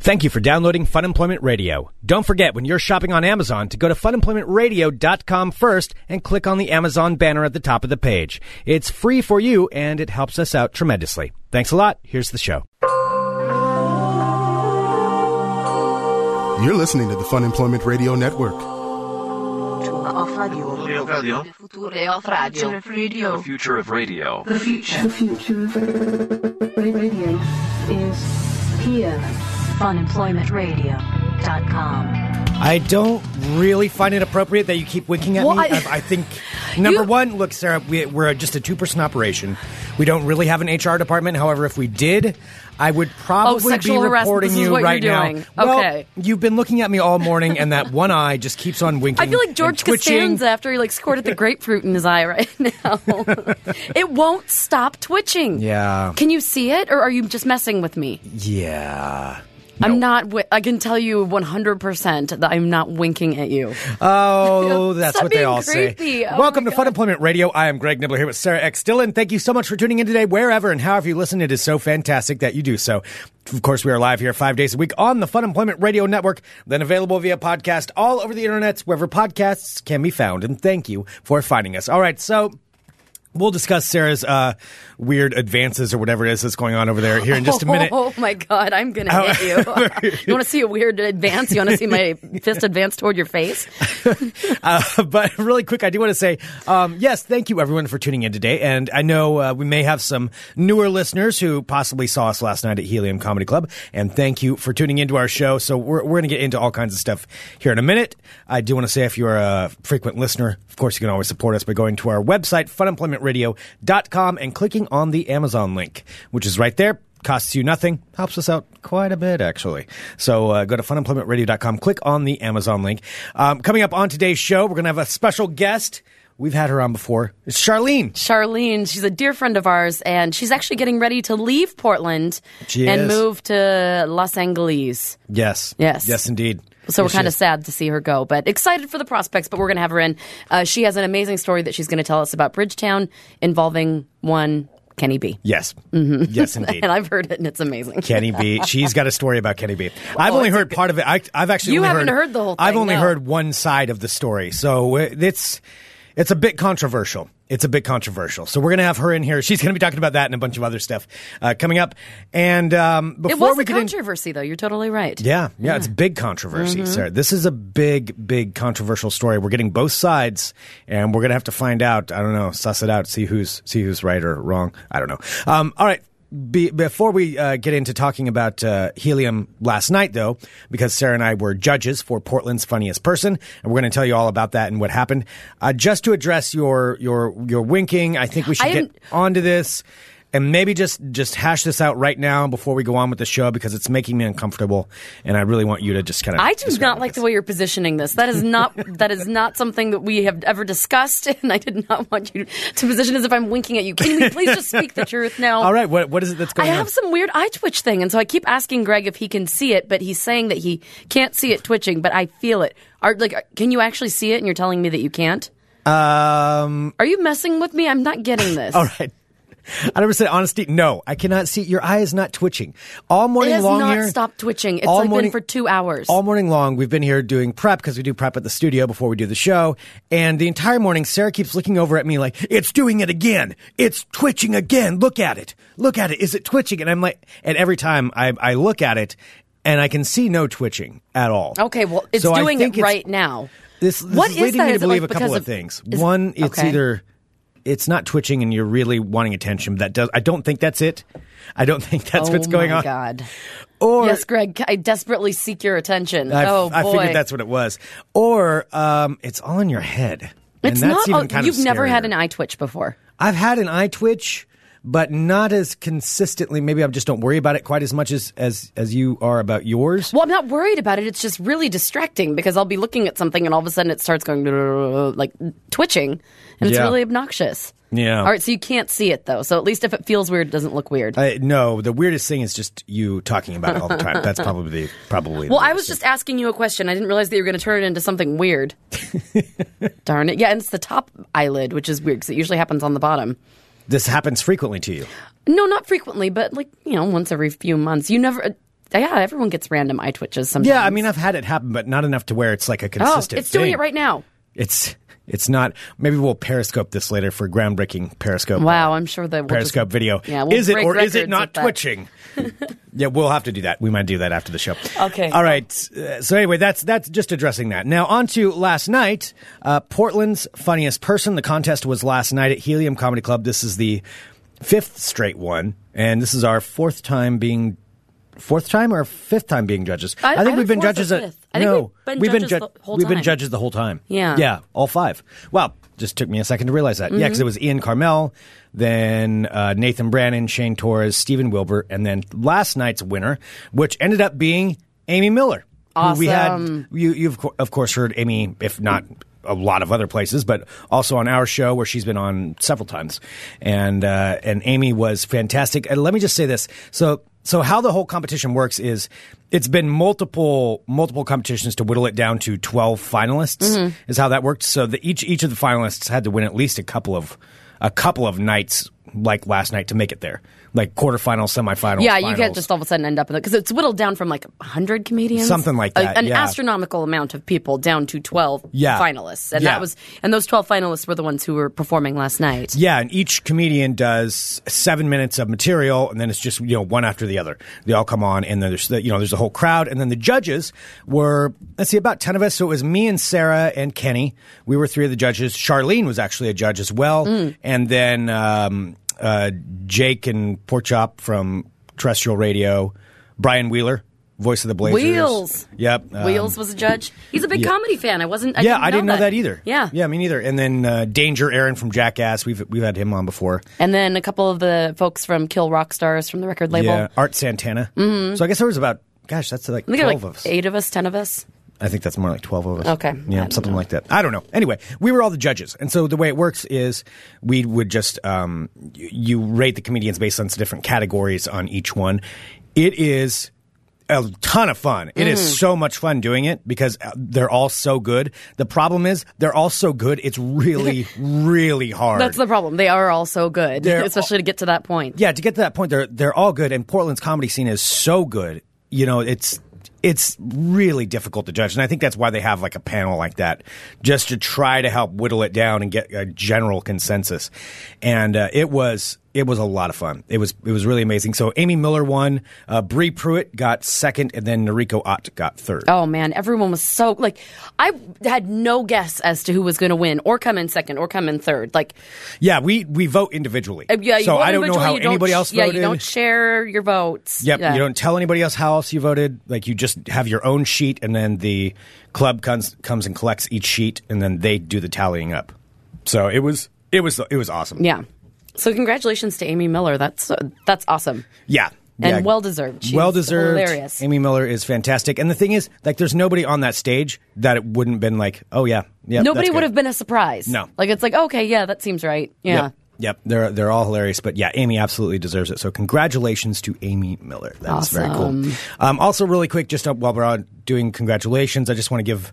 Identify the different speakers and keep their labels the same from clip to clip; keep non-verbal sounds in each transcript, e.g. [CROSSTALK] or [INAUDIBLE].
Speaker 1: Thank you for downloading Fun Employment Radio. Don't forget when you're shopping on Amazon to go to funemploymentradio.com first and click on the Amazon banner at the top of the page. It's free for you and it helps us out tremendously. Thanks a lot. Here's the show.
Speaker 2: You're listening to the Fun Employment Radio Network.
Speaker 3: Future of radio.
Speaker 4: Future
Speaker 3: Future of
Speaker 4: of radio.
Speaker 3: radio.
Speaker 5: Future of radio.
Speaker 4: The future of radio.
Speaker 5: The future.
Speaker 6: The future of radio is here.
Speaker 5: Funemploymentradio.com.
Speaker 1: I don't really find it appropriate that you keep winking at
Speaker 5: Well,
Speaker 1: me.
Speaker 5: I-
Speaker 1: I, I
Speaker 7: [LAUGHS]
Speaker 1: think number
Speaker 5: You-
Speaker 1: one, look, Sarah, we, we're just a two-person operation. We don't really have an HR department. However, if we did, I would probably be
Speaker 7: Oh, sexual harassment,
Speaker 1: reporting
Speaker 7: this is
Speaker 1: you
Speaker 7: what you're
Speaker 1: right
Speaker 7: doing.
Speaker 1: now. Well,
Speaker 7: Okay.
Speaker 1: you've been looking at me all morning, and that one eye just keeps on winking.
Speaker 7: [LAUGHS] I feel like
Speaker 1: and
Speaker 7: George
Speaker 1: twitching.
Speaker 7: Costanza after he like squirted the grapefruit in his eye right
Speaker 1: [LAUGHS]
Speaker 7: [LAUGHS] now. it won't stop twitching.
Speaker 1: Yeah.
Speaker 7: Can you see it, or are you just messing with me?
Speaker 1: Yeah.
Speaker 7: I'm not. Wi- I can tell you 100 percent that I'm not winking at you.
Speaker 1: Oh,
Speaker 7: [LAUGHS]
Speaker 1: that's
Speaker 7: Stop
Speaker 1: what they
Speaker 7: being
Speaker 1: all say.
Speaker 7: creepy. Oh
Speaker 1: Welcome
Speaker 7: my
Speaker 1: to Fun Employment Radio. I am Greg Nibbler here with Sarah X. Dillon. Thank you so much for tuning in today, wherever and however you listen. It is so fantastic that you do so. Of course, we are live here five days a week on the Fun Employment Radio Network, then available via podcast all over the internet, wherever podcasts can be found. And thank you for finding us. All right, so. We'll discuss Sarah's uh, weird advances or whatever it is that's going on over there here in just a minute.
Speaker 7: [LAUGHS]
Speaker 1: Oh.
Speaker 7: Oh, my god, I'm gonna hit
Speaker 1: [LAUGHS]
Speaker 7: you. you want to see a weird advance? You want to see my fist advance toward your face?
Speaker 1: Uh, [LAUGHS] but really quick, I do want to say um, yes, thank you everyone for tuning in today. And I know uh, we may have some newer listeners who possibly saw us last night at Helium Comedy Club. And thank you for tuning into our show. So we're, we're going to get into all kinds of stuff here in a minute. I do want to say if you're a frequent listener, of course, you can always support us by going to our website, funemploymentradio.com, and clicking on the Amazon link, which is right there costs you nothing helps us out quite a bit actually so uh, go to funemploymentradio.com click on the amazon link um, coming up on today's show we're going to have a special guest we've had her on before it's charlene
Speaker 7: Charlene, she's a dear friend of ours, and she's actually getting ready to leave Portland
Speaker 1: She
Speaker 7: and
Speaker 1: is.
Speaker 7: move to Los Angeles.
Speaker 1: yes
Speaker 7: Yes.
Speaker 1: yes indeed
Speaker 7: So we're
Speaker 1: Yes, she
Speaker 7: kind of
Speaker 1: is.
Speaker 7: sad to see her go, but excited for the prospects. But we're going to have her in. Uh, she has an amazing story that she's going to tell us about Bridgetown involving one Kenny B.
Speaker 1: yes mm-hmm. yes indeed
Speaker 7: [LAUGHS] And I've heard it, and it's amazing.
Speaker 1: Kenny
Speaker 7: [LAUGHS]
Speaker 1: B. She's got a story about Kenny B. I've only heard part of it. I, I've actually
Speaker 7: You
Speaker 1: only
Speaker 7: haven't
Speaker 1: heard,
Speaker 7: heard the whole
Speaker 1: I've
Speaker 7: thing,
Speaker 1: only
Speaker 7: no.
Speaker 1: heard one side of the story, so it's it's a bit controversial. It's a bit controversial. So we're gonna have her in here. She's gonna be talking about that and a bunch of other stuff uh, coming up. And um, before
Speaker 7: It was
Speaker 1: we
Speaker 7: a
Speaker 1: get in-
Speaker 7: controversy, though. You're totally right. Mm-hmm.
Speaker 1: yeah, yeah, it's big controversy, Sarah. This is a big, big controversial story. We're getting both sides, and we're gonna have to find out. I don't know, suss it out, see who's see who's right or wrong. I don't know. Um, all right. Be, before we uh, get into talking about uh, helium last night, though, because Sarah and I were judges for Portland's funniest person, and we're going to tell you all about that and what happened. Uh, just to address your your your winking, I think we should
Speaker 7: I am-
Speaker 1: get onto this and maybe just just hash this out right now before we go on with the show because it's making me uncomfortable and I really want you to just kind of
Speaker 7: I do not like the way you're positioning this. That
Speaker 1: [LAUGHS]
Speaker 7: is not that is not something that we have ever discussed, [LAUGHS] and I did not want you to position as if I'm winking at you. Can we please just speak the truth now?
Speaker 1: All right, what what is it that's
Speaker 7: I
Speaker 1: going on?
Speaker 7: have some weird eye twitch thing, and so I keep asking Greg if he can see it, but he's saying that he can't see it twitching, but I feel it. Are like, are- can you actually see it? And you're telling me that you can't?
Speaker 1: um
Speaker 7: Are you messing with me? I'm not getting
Speaker 1: [LAUGHS] [LAUGHS]
Speaker 7: this.
Speaker 1: all right. I never said honesty. No, I cannot see. Your eye is not twitching. All
Speaker 7: It
Speaker 1: morning
Speaker 7: has
Speaker 1: long
Speaker 7: not
Speaker 1: here.
Speaker 7: stopped twitching. It's
Speaker 1: all
Speaker 7: like
Speaker 1: morning-
Speaker 7: been for two hours.
Speaker 1: All morning long, we've been here doing prep because we do prep at the studio before we do the show. And the entire morning, Sarah keeps looking over at me like, it's doing it again. It's twitching again. Look at it. Look at it. Is it twitching? And I'm like, and every time I, I look at it and I can see no twitching at all.
Speaker 7: okay, well, it's
Speaker 1: So I
Speaker 7: doing
Speaker 1: think
Speaker 7: it
Speaker 1: it's-
Speaker 7: right now.
Speaker 1: This, this
Speaker 7: What
Speaker 1: is
Speaker 7: is
Speaker 1: leading
Speaker 7: that?
Speaker 1: me to
Speaker 7: Is it,
Speaker 1: believe
Speaker 7: like,
Speaker 1: a couple
Speaker 7: because
Speaker 1: of,
Speaker 7: of-
Speaker 1: things.
Speaker 7: is-
Speaker 1: One, it's
Speaker 7: okay.
Speaker 1: either it's not twitching and you're really wanting attention. That does I don't think that's it. I don't think that's
Speaker 7: oh
Speaker 1: what's going
Speaker 7: my
Speaker 1: on.
Speaker 7: God.
Speaker 1: Or
Speaker 7: yes, Greg, I desperately seek your attention.
Speaker 1: I,
Speaker 7: oh boy,
Speaker 1: I figured that's what it was. Or um, it's all in your head.
Speaker 7: it's
Speaker 1: and that's
Speaker 7: not.
Speaker 1: even
Speaker 7: oh,
Speaker 1: kind
Speaker 7: you've
Speaker 1: of
Speaker 7: never had
Speaker 1: scarier.
Speaker 7: an eye twitch before.
Speaker 1: I've had an eye twitch, but not as consistently. Maybe I just don't worry about it quite as much as as, as you are about yours.
Speaker 7: Well, I'm not worried about it. It's just really distracting because I'll be looking at something and all of a sudden it starts going [LAUGHS] like twitching, and it's
Speaker 1: Yeah.
Speaker 7: really obnoxious.
Speaker 1: Yeah.
Speaker 7: All right, so you can't see it though. So at least if it feels weird, it doesn't look weird.
Speaker 1: I, no, the weirdest thing is just you talking about it all the time. That's probably probably. the
Speaker 7: well, I
Speaker 1: weirdest
Speaker 7: was
Speaker 1: thing.
Speaker 7: just asking you a question. I didn't realize that you were going to turn it into
Speaker 1: [LAUGHS]
Speaker 7: something weird. Darn it! Yeah, and it's the top eyelid, which is weird because it usually happens on the bottom.
Speaker 1: This happens frequently to you.
Speaker 7: No, not frequently, but like you know, once every few months. You never. uh, yeah, everyone gets random eye twitches sometimes.
Speaker 1: Yeah, I mean, I've had it happen, but not enough to where it's like a
Speaker 7: oh,
Speaker 1: consistent.
Speaker 7: it's doing
Speaker 1: thing.
Speaker 7: it right now.
Speaker 1: It's it's not. Maybe we'll Periscope this later for groundbreaking Periscope.
Speaker 7: Wow, I'm sure that we'll just-
Speaker 1: Periscope video.
Speaker 7: Yeah, we'll
Speaker 1: is it
Speaker 7: break
Speaker 1: or is
Speaker 7: records
Speaker 1: it not
Speaker 7: with that. [LAUGHS]
Speaker 1: twitching? yeah, we'll have to do that. We might do that after the show.
Speaker 7: Okay.
Speaker 1: All right. Uh, so anyway, that's that's just addressing that. Now on to last night. Uh, Portland's funniest person. The contest was last night at Helium Comedy Club. This is the fifth straight one, and this is our fourth time being. Fourth time or fifth time being judges?
Speaker 7: I- I
Speaker 1: think
Speaker 7: think
Speaker 1: we've been
Speaker 7: fourth or
Speaker 1: judges. at-
Speaker 7: fifth. I think
Speaker 1: no,
Speaker 7: we've been
Speaker 1: been
Speaker 7: judges the whole
Speaker 1: we've been
Speaker 7: time.
Speaker 1: judges the whole time.
Speaker 7: Yeah.
Speaker 1: yeah, all five. Wow, just took me a second to realize that.
Speaker 7: Mm-hmm.
Speaker 1: Yeah, because it was Ian Carmel, then uh, Nathan Brannon, Shane Torres, Stephen Wilbur, and then last night's winner, which ended up being Amy Miller. who we had
Speaker 7: Awesome.
Speaker 1: Um, you. You've co- of course heard Amy, if not a lot of other places, but also on our show where she's been on several times, and uh, and Amy was fantastic. And let me just say this: so so how the whole competition works is it's been multiple multiple competitions to whittle it down to twelve finalists
Speaker 7: Mm-hmm.
Speaker 1: is how that worked. So the, each each of the finalists had to win at least a couple of a couple of nights like last night to make it there, like quarterfinals, semifinals.
Speaker 7: Yeah, you can't
Speaker 1: finals.
Speaker 7: just all of a sudden end up in because it's whittled down from like 100 comedians,
Speaker 1: Something like
Speaker 7: A-
Speaker 1: that,
Speaker 7: an
Speaker 1: yeah.
Speaker 7: astronomical amount of people down to 12
Speaker 1: Yeah.
Speaker 7: finalists, and
Speaker 1: Yeah.
Speaker 7: that was and those 12 finalists were the ones who were performing last night.
Speaker 1: Yeah, and each comedian does seven minutes of material, and then it's just you know one after the other. They all come on, and then there's the, you know there's a whole crowd, and then the judges were let's see about ten of us. So it was me and Sarah and Kenny. We were three of the judges. Charlene was actually a judge as well,
Speaker 7: Mm.
Speaker 1: and then um, uh, Jake and Porchop from Terrestrial Radio, Brian Wheeler, voice of the Blazers.
Speaker 7: Wheels.
Speaker 1: Yep. um,
Speaker 7: Wheels was a judge. He's a big
Speaker 1: yeah.
Speaker 7: comedy fan. I wasn't. I
Speaker 1: yeah,
Speaker 7: didn't
Speaker 1: I didn't know that either.
Speaker 7: Yeah,
Speaker 1: yeah, me neither. And then uh, Danger Aaron from Jackass. We've we've had him on before.
Speaker 7: And then a couple of the folks from Kill Rock Stars from the record label.
Speaker 1: Yeah, Art Santana. Mm-hmm. So I guess there was about, gosh, that's like
Speaker 7: I think there
Speaker 1: 12
Speaker 7: were
Speaker 1: of us.
Speaker 7: like eight of us, ten of us.
Speaker 1: I think that's more like 12 of us.
Speaker 7: Okay. I
Speaker 1: Yeah,
Speaker 7: don't
Speaker 1: something
Speaker 7: know.
Speaker 1: like that. I don't know. Anyway, we were all the judges. And so the way it works is we would just, um, y- you rate the comedians based on some different categories on each one. It is a ton of fun. It is
Speaker 7: Mm-hmm.
Speaker 1: so much fun doing it because uh, they're all so good. The problem is they're all so good. It's
Speaker 7: [LAUGHS]
Speaker 1: really, really hard.
Speaker 7: That's the problem. They are all so good,
Speaker 1: They're
Speaker 7: [LAUGHS] especially to get to that point.
Speaker 1: yeah, to get to that point, they're they're all good, and Portland's comedy scene is so good. You know, it's it's really difficult to judge, and I think that's why they have like a panel like that, just to try to help whittle it down and get a general consensus. And uh, it was it was a lot of fun. It was it was really amazing. So Amy Miller won, uh, Bree Pruitt got second, and then Noriko Ott got third.
Speaker 7: Oh man, everyone was so like I had no guess as to who was going to win or come in second or come in third. Like
Speaker 1: Yeah, we we vote individually.
Speaker 7: uh, yeah, you
Speaker 1: so
Speaker 7: vote
Speaker 1: I don't know
Speaker 7: individually,
Speaker 1: how
Speaker 7: you don't
Speaker 1: anybody
Speaker 7: sh-
Speaker 1: else
Speaker 7: Yeah,
Speaker 1: voted.
Speaker 7: you don't share your votes.
Speaker 1: Yep.
Speaker 7: Yeah.
Speaker 1: You don't tell anybody else how else you voted. Like you just have your own sheet, and then the club comes comes and collects each sheet, and then they do the tallying up. So it was it was it was awesome.
Speaker 7: Yeah. So congratulations to Amy Miller. That's uh, that's awesome.
Speaker 1: Yeah.
Speaker 7: And
Speaker 1: Yeah.
Speaker 7: well-deserved. She's
Speaker 1: well deserved.
Speaker 7: hilarious.
Speaker 1: Amy Miller is fantastic. And the thing is, like, there's nobody on that stage that it wouldn't been like, oh yeah, yeah.
Speaker 7: Nobody would have been a surprise.
Speaker 1: No.
Speaker 7: Like it's like okay, yeah, that seems right. Yeah.
Speaker 1: Yep. Yep, they're they're all hilarious, but yeah, Amy absolutely deserves it. So congratulations to Amy Miller. That was very cool.
Speaker 7: Awesome.
Speaker 1: Um, also, really quick, just uh, while we're on doing congratulations, I just want to give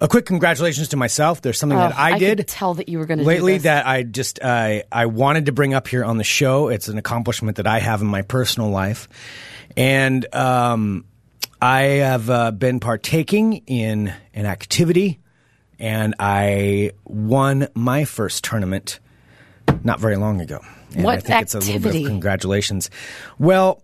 Speaker 1: a quick congratulations to myself. There's something
Speaker 7: Oh,
Speaker 1: that I,
Speaker 7: I
Speaker 1: did
Speaker 7: could tell that you were gonna do
Speaker 1: lately
Speaker 7: this.
Speaker 1: that I just I I wanted to bring up here on the show. It's an accomplishment that I have in my personal life, and um, I have uh, been partaking in an activity, and I won my first tournament not very long ago. And
Speaker 7: What
Speaker 1: I think it's a little bit of
Speaker 7: activity?
Speaker 1: congratulations. Well,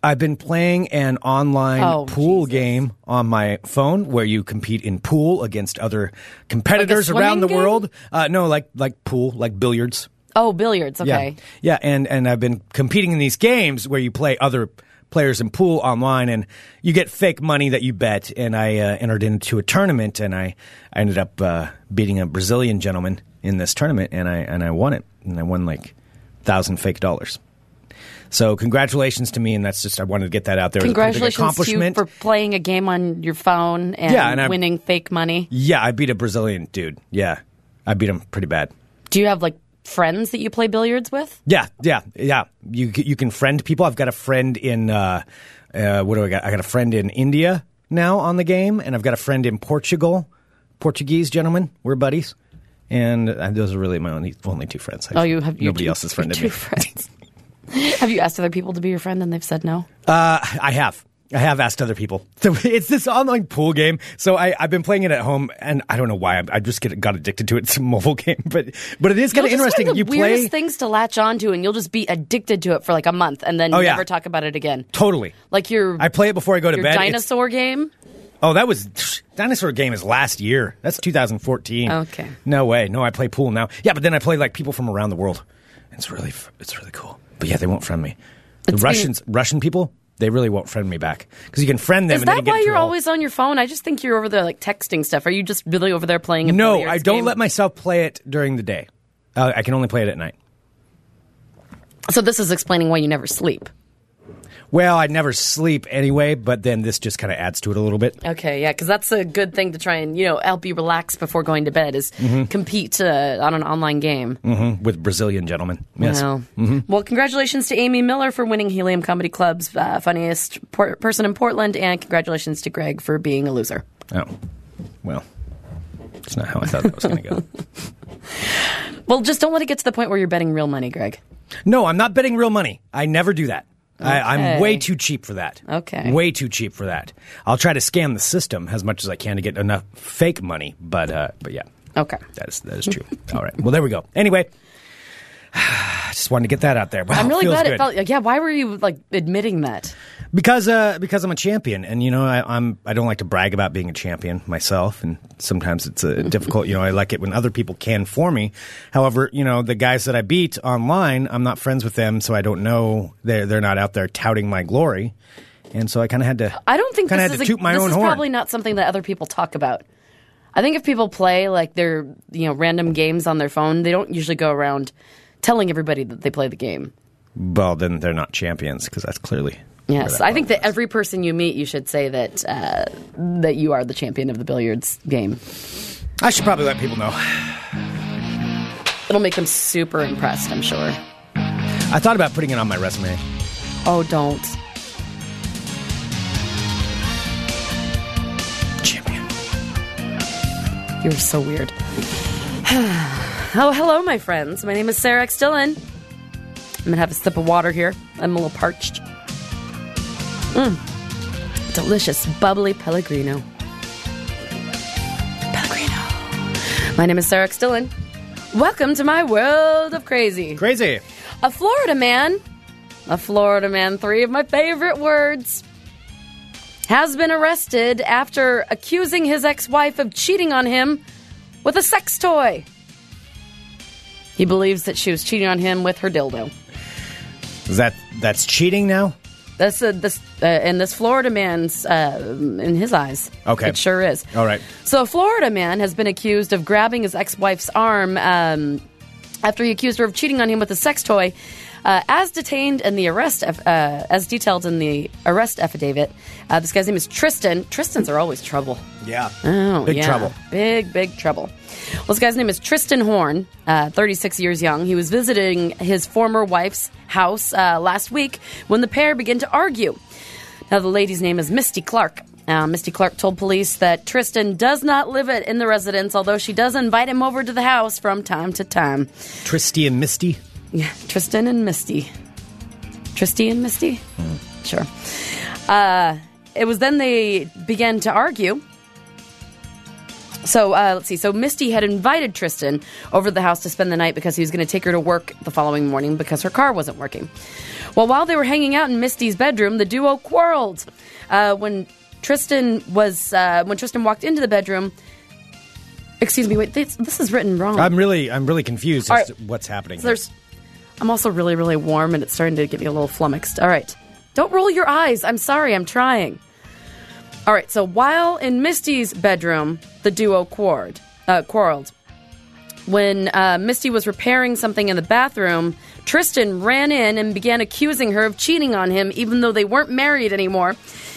Speaker 1: I've been playing an online
Speaker 7: Oh,
Speaker 1: pool
Speaker 7: Jesus.
Speaker 1: game on my phone where you compete in pool against other competitors
Speaker 7: swimming
Speaker 1: around the
Speaker 7: game?
Speaker 1: world. Uh, no, like like pool, like billiards.
Speaker 7: Oh, billiards.
Speaker 1: Yeah,
Speaker 7: Okay.
Speaker 1: yeah, and and I've been competing in these games where you play other players in pool online, and you get fake money that you bet. And I uh, entered into a tournament, and I, I ended up uh, beating a Brazilian gentleman in this tournament, and I and I won it, and I won like thousand fake dollars. So congratulations to me, and that's just I wanted to get that out there. as a pretty big
Speaker 7: Congratulations to you
Speaker 1: accomplishment.
Speaker 7: for playing a game on your phone and,
Speaker 1: Yeah, and I-
Speaker 7: winning fake money.
Speaker 1: yeah, I beat a Brazilian dude. Yeah, I beat him pretty bad.
Speaker 7: Do you have like friends that you play billiards with?
Speaker 1: Yeah, yeah, yeah. You c- you can friend people. I've got a friend in uh, uh, what do I got? I got a friend in India now on the game, and I've got a friend in Portugal. Portuguese gentlemen, we're buddies, and uh, those are really my only only two friends.
Speaker 7: Oh, you have you
Speaker 1: nobody
Speaker 7: [LAUGHS] two,
Speaker 1: else's friend
Speaker 7: you
Speaker 1: to
Speaker 7: two
Speaker 1: me.
Speaker 7: friends. Have you asked other people to be your friend and they've said no?
Speaker 1: I have. I have asked other people. [LAUGHS] So it's this online pool game. So I, I've been playing it at home, and I don't know why. I, I just get, got addicted to it. [LAUGHS] It's a mobile game, but but it is kind of
Speaker 7: You'll just
Speaker 1: interesting.
Speaker 7: Find the
Speaker 1: you
Speaker 7: weirdest
Speaker 1: play
Speaker 7: things to latch onto, and you'll just be addicted to it for like a month, and then
Speaker 1: Oh, yeah.
Speaker 7: never talk about it again.
Speaker 1: totally.
Speaker 7: Like your
Speaker 1: I play it before I go to
Speaker 7: your
Speaker 1: bed. It's-
Speaker 7: dinosaur game.
Speaker 1: Oh, that was dinosaur game is last year. That's 2014.
Speaker 7: Okay.
Speaker 1: No way. No, I play pool now. Yeah, but then I play like people from around the world. It's really f- it's really cool. But yeah, they won't friend me. The
Speaker 7: It's been-
Speaker 1: Russians, Russian people, they really won't friend me back because you can friend them.
Speaker 7: Is
Speaker 1: and then
Speaker 7: that
Speaker 1: you get
Speaker 7: why
Speaker 1: into
Speaker 7: you're
Speaker 1: a whole-
Speaker 7: always on your phone? I just think you're over there like texting stuff. Are you just really over there playing? A
Speaker 1: No,
Speaker 7: billiards
Speaker 1: I don't
Speaker 7: game?
Speaker 1: let myself play it during the day. Uh, I can only play it at night.
Speaker 7: So this is explaining why you never sleep.
Speaker 1: Well, I never sleep anyway, but then this just kind of adds to it a little bit.
Speaker 7: Okay, yeah, because that's a good thing to try and you know help you relax before going to bed is
Speaker 1: Mm-hmm.
Speaker 7: compete uh, on an online game.
Speaker 1: hmm With Brazilian gentlemen. Yes. Mm-hmm.
Speaker 7: Wow. Well, congratulations to Amy Miller for winning Helium Comedy Club's uh, funniest por- person in Portland, and congratulations to Greg for being a loser.
Speaker 1: Oh. Well, it's not how I thought that was going to
Speaker 7: [LAUGHS]
Speaker 1: go.
Speaker 7: Well, just don't let it get to the point where you're betting real money, Greg.
Speaker 1: No, I'm not betting real money. I never do that. I, I'm
Speaker 7: Okay.
Speaker 1: way too cheap for that.
Speaker 7: Okay.
Speaker 1: Way too cheap for that. I'll try to scam the system as much as I can to get enough fake money, but uh, but yeah,
Speaker 7: Okay.
Speaker 1: that is that is
Speaker 7: [LAUGHS]
Speaker 1: true. All right. Well, there we go. Anyway, [SIGHS] I just wanted to get that out there. Wow,
Speaker 7: I'm really
Speaker 1: feels
Speaker 7: glad
Speaker 1: good.
Speaker 7: it felt like, yeah, why were you like admitting that?
Speaker 1: because uh, because I'm a champion, and you know I, I'm I don't like to brag about being a champion myself, and sometimes it's
Speaker 7: [LAUGHS]
Speaker 1: uh, difficult. You know I like it when other people can for me. However, you know the guys that I beat online, I'm not friends with them, so I don't know they're they're not out there touting my glory, and so I kind of had to.
Speaker 7: I don't think
Speaker 1: kind
Speaker 7: this
Speaker 1: of had
Speaker 7: is,
Speaker 1: to
Speaker 7: a-
Speaker 1: toot my
Speaker 7: this
Speaker 1: own
Speaker 7: is
Speaker 1: horn.
Speaker 7: probably not something that other people talk about. I think if people play like their you know random games on their phone, they don't usually go around telling everybody that they play the game.
Speaker 1: well, then they're not champions because that's clearly. where
Speaker 7: Yes,
Speaker 1: that
Speaker 7: I think
Speaker 1: problem
Speaker 7: that every person you meet, you should say that uh, that you are the champion of the billiards game.
Speaker 1: is. I should probably let people know.
Speaker 7: It'll make them super impressed, I'm sure.
Speaker 1: I thought about putting it on my resume.
Speaker 7: Oh, don't.
Speaker 1: Champion.
Speaker 7: You're so weird. [SIGHS] oh, hello, my friends. My name is Sarah X. Dillon. I'm going to have a sip of water here. I'm a little parched. Mmm. Delicious, bubbly Pellegrino. Pellegrino. My name is Sarah X. Dillon. Welcome to my world of crazy.
Speaker 1: Crazy.
Speaker 7: A Florida man. A Florida man, three of my favorite words. Has been arrested after accusing his ex wife of cheating on him with a sex toy. He believes that she was cheating on him with her dildo.
Speaker 1: Is that that's cheating now?
Speaker 7: That's a, this uh, in this Florida man's uh, in his eyes.
Speaker 1: Okay.
Speaker 7: it sure is.
Speaker 1: All right.
Speaker 7: So, a Florida man has been accused of grabbing his ex wife's arm um, after he accused her of cheating on him with a sex toy. Uh, as detained in the arrest, uh, as detailed in the arrest affidavit, uh, this guy's name is Tristan. Tristans are always trouble.
Speaker 1: Yeah.
Speaker 7: Oh,
Speaker 1: Big
Speaker 7: yeah.
Speaker 1: trouble.
Speaker 7: Big, big trouble. Well, this guy's name is Tristan Horn, uh, 36 years young. He was visiting his former wife's house uh, last week when the pair began to argue. Now, the lady's name is Misty Clark. Uh, Misty Clark told police that Tristan does not live at, in the residence, although she does invite him over to the house from time to time.
Speaker 1: Tristy and Misty.
Speaker 7: Yeah, Tristan and Misty. Tristy and Misty? Sure. Uh, it was then they began to argue. So uh, let's see. So Misty had invited Tristan over to the house to spend the night because he was going to take her to work the following morning because her car wasn't working. Well, while they were hanging out in Misty's bedroom, the duo quarreled. Uh, when Tristan was uh, when Tristan walked into the bedroom, excuse me, wait, this, this is written wrong.
Speaker 1: I'm really I'm really confused
Speaker 7: All
Speaker 1: as
Speaker 7: right.
Speaker 1: to what's happening.
Speaker 7: So there's. I'm also really, really warm, and it's starting to get me a little flummoxed. All right, don't roll your eyes. I'm sorry. I'm trying. All right. So while in Misty's bedroom, the duo quarreled. Uh, quarreled. When uh, Misty was repairing something in the bathroom, Tristan ran in and began accusing her of cheating on him, even though they weren't married anymore.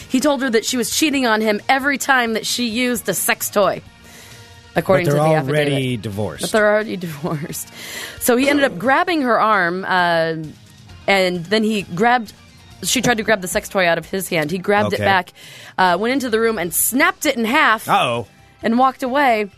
Speaker 7: He told her that she was cheating on him every time that she used a sex toy.
Speaker 1: but
Speaker 7: According
Speaker 1: they're
Speaker 7: to the
Speaker 1: already
Speaker 7: affidavit.
Speaker 1: divorced.
Speaker 7: But they're already [LAUGHS] divorced. So he ended up grabbing her arm, uh, and then he grabbed. She tried to grab the sex toy out of his hand. He grabbed
Speaker 1: Okay.
Speaker 7: it back, uh, went into the room, and snapped it in half
Speaker 1: Uh oh.
Speaker 7: and walked away.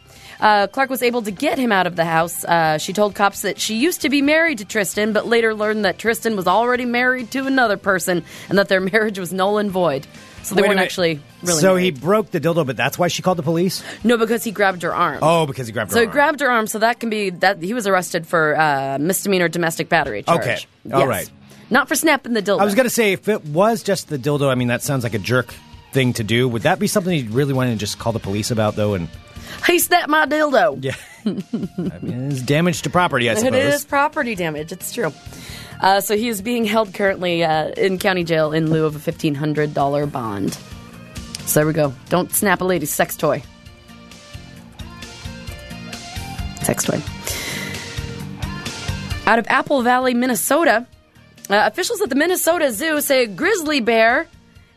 Speaker 7: Uh, Clark was able to get him out of the house. Uh, she told cops that she used to be married to Tristan, but later learned that Tristan was already married to another person and that their [LAUGHS] marriage was null and void. So they
Speaker 1: Wait a
Speaker 7: weren't
Speaker 1: minute.
Speaker 7: actually really.
Speaker 1: So he
Speaker 7: married.
Speaker 1: broke the dildo, but that's why she called the police.
Speaker 7: no, because he grabbed her arm.
Speaker 1: Oh, because he grabbed her.
Speaker 7: So he
Speaker 1: arm.
Speaker 7: grabbed her arm, so that can be that he was arrested for uh, misdemeanor domestic battery charge.
Speaker 1: Okay.
Speaker 7: Yes.
Speaker 1: All right.
Speaker 7: Not for snapping the dildo.
Speaker 1: I was gonna say if it was just the dildo, I mean that sounds like a jerk thing to do. Would that be something you'd really want to just call the police about though? And
Speaker 7: He snapped my dildo.
Speaker 1: yeah, I mean, it's damage to property, I
Speaker 7: It
Speaker 1: suppose.
Speaker 7: is property damage. It's true. Uh, so he is being held currently uh, in county jail in lieu of a fifteen hundred dollar bond. So there we go. Don't snap a lady's sex toy. Sex toy. Out of Apple Valley, Minnesota, uh, officials at the Minnesota Zoo say a grizzly bear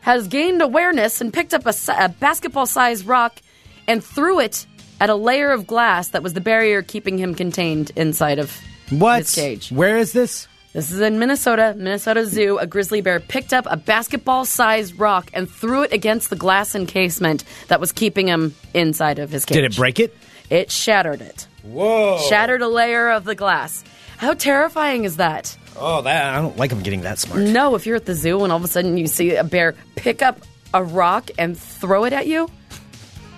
Speaker 7: has gained awareness and picked up a, si- a basketball sized rock and threw it at a layer of glass that was the barrier keeping him contained inside of
Speaker 1: What?
Speaker 7: his cage.
Speaker 1: Where is this?
Speaker 7: This is in Minnesota, Minnesota Zoo. A grizzly bear picked up a basketball sized rock and threw it against the glass encasement that was keeping him inside of his cage.
Speaker 1: Did it break it?
Speaker 7: It shattered it.
Speaker 1: Whoa!
Speaker 7: Shattered a layer of the glass. How terrifying is that?
Speaker 1: Oh, that I don't like him getting that smart.
Speaker 7: No, if you're at the zoo and all of a sudden you see a bear pick up a rock and throw it at you,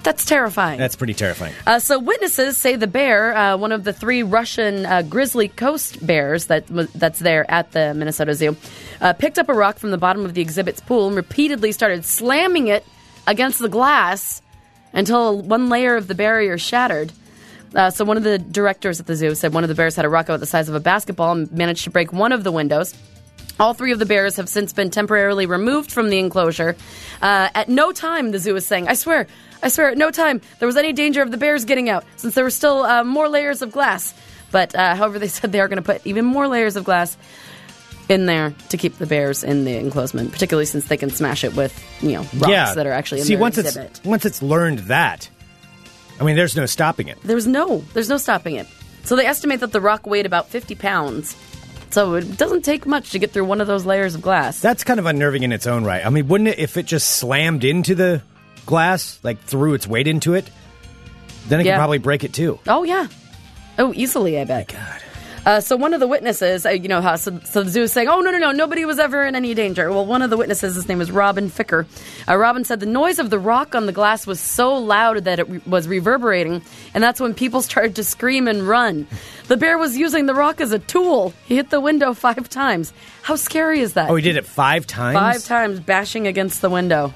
Speaker 7: that's terrifying.
Speaker 1: That's pretty terrifying.
Speaker 7: Uh, so witnesses say the bear, uh, one of the three Russian uh, grizzly coast bears that w- that's there at the Minnesota Zoo, uh, picked up a rock from the bottom of the exhibit's pool and repeatedly started slamming it against the glass until one layer of the barrier shattered. Uh, so one of the directors at the zoo said one of the bears had a rock about the size of a basketball and managed to break one of the windows. All three of the bears have since been temporarily removed from the enclosure. Uh, at no time, the zoo is saying, I swear, I swear, at no time there was any danger of the bears getting out, since there were still uh, more layers of glass. But uh, however, they [LAUGHS] said they are going to put even more layers of glass in there to keep the bears in the enclosement, particularly since they can smash it with, you know, rocks
Speaker 1: yeah,
Speaker 7: that are actually in
Speaker 1: see
Speaker 7: their
Speaker 1: once
Speaker 7: exhibit.
Speaker 1: it's once it's learned that. I mean, there's no stopping it.
Speaker 7: There's no, there's no stopping it. So they estimate that the rock weighed about 50 pounds. So it doesn't take much to get through one of those layers of glass.
Speaker 1: That's kind of unnerving in its own right. I mean, wouldn't it if it just slammed into the glass, like threw its weight into it? Then it
Speaker 7: Yeah.
Speaker 1: could probably break it too.
Speaker 7: Oh yeah. Oh, easily, I bet.
Speaker 1: God.
Speaker 7: Uh, so one of the witnesses, uh, you know how so, so the zoo is saying, "Oh no, no, no, nobody was ever in any danger." Well, one of the witnesses, his name was Robin Ficker. Uh, Robin said the noise of the rock on the glass was so loud that it re- was reverberating, and that's when people [LAUGHS] started to scream and run. The bear was using the rock as a tool. He hit the window five times. How scary is that?
Speaker 1: Oh, he did it five times.
Speaker 7: Five times bashing against the window.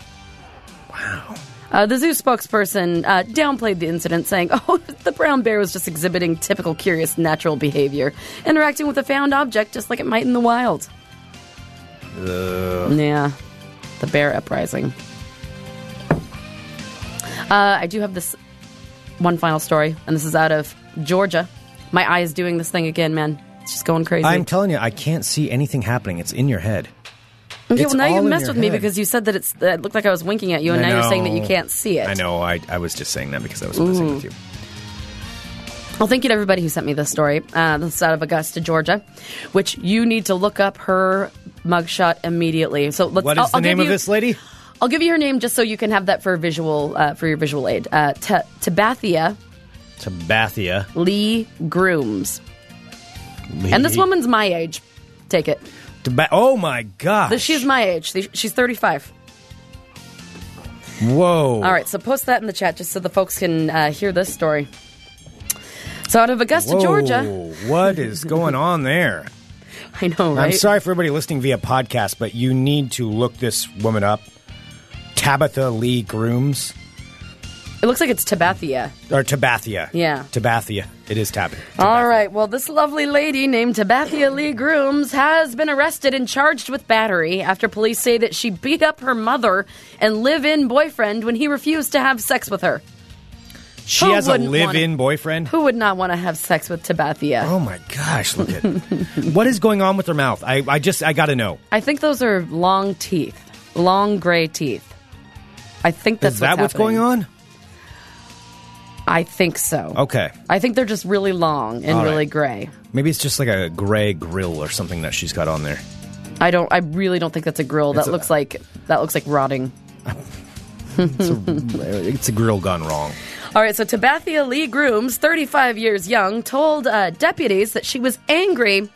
Speaker 1: Wow.
Speaker 7: Uh, the zoo spokesperson uh, downplayed the incident, saying, [LAUGHS] Oh, the brown bear was just exhibiting typical curious natural behavior, interacting with a found object just like it might in the wild. Yeah, the bear uprising. Uh, I do have this one final story, and this is out of Georgia. My eye is doing this thing again, man. It's just going crazy.
Speaker 1: I'm telling you, I can't see anything happening. It's in your head.
Speaker 7: okay,
Speaker 1: it's
Speaker 7: well, now
Speaker 1: all
Speaker 7: you
Speaker 1: in
Speaker 7: messed
Speaker 1: your
Speaker 7: with me
Speaker 1: head.
Speaker 7: because you said that it's that it looked like I was winking at you, and now you're saying that you
Speaker 1: know.
Speaker 7: can't see it. Hmm.
Speaker 1: I know. I, I was just saying that because I was messing with you.
Speaker 7: Well, thank you to everybody who sent me this story. Uh, this is out of Augusta, Georgia, which you need to look up her mugshot immediately. So let's.
Speaker 1: What is
Speaker 7: I'll,
Speaker 1: the
Speaker 7: I'll
Speaker 1: name
Speaker 7: give
Speaker 1: of
Speaker 7: you-
Speaker 1: this lady?
Speaker 7: I'll give you her name just so you can have that for visual uh, for your visual aid. Uh, Ta- Tabathia
Speaker 1: Tabathia.
Speaker 7: Lee Grooms, and this woman's my age. Take it.
Speaker 1: Taba- oh my god.
Speaker 7: This- She's my age. She- She's thirty-five.
Speaker 1: Whoa.
Speaker 7: All right, so post that in the chat just so the folks can uh, hear this story. So out of Augusta,
Speaker 1: Whoa.
Speaker 7: Georgia,
Speaker 1: What is going on
Speaker 7: [LAUGHS]
Speaker 1: there?
Speaker 7: I know, right?
Speaker 1: I'm sorry for everybody listening via podcast, but you need to look this woman up. Tabitha Lee Grooms
Speaker 7: It looks like it's Tabathia.
Speaker 1: or Tabathia.
Speaker 7: Yeah.
Speaker 1: Tabathia. It is Tabitha.
Speaker 7: All right. Well, this lovely lady named Tabathia Lee Grooms has been arrested and charged with battery after police say that she beat up her mother and live-in boyfriend when he refused to have sex with her.
Speaker 1: She
Speaker 7: Who
Speaker 1: has a
Speaker 7: wouldn't want
Speaker 1: live-in
Speaker 7: it?
Speaker 1: boyfriend.
Speaker 7: Who would not want to have sex with Tabathia?
Speaker 1: Oh my gosh, look
Speaker 7: [LAUGHS]
Speaker 1: at What is going on with her mouth? I, I just I got to know.
Speaker 7: I think those are long teeth, long gray teeth. I think that's
Speaker 1: is that what's going
Speaker 7: happening.
Speaker 1: on?
Speaker 7: I think so.
Speaker 1: Okay.
Speaker 7: I think they're just really long and
Speaker 1: All right.
Speaker 7: really gray.
Speaker 1: Maybe it's just like a gray grill or something that she's got on there.
Speaker 7: I don't. I really don't think that's a grill.
Speaker 1: It's
Speaker 7: that
Speaker 1: a-
Speaker 7: looks like that looks like rotting. [LAUGHS]
Speaker 1: It's a grill gone wrong.
Speaker 7: All right, so Tabathia Lee Grooms, 35 years young, told uh, deputies that she was angry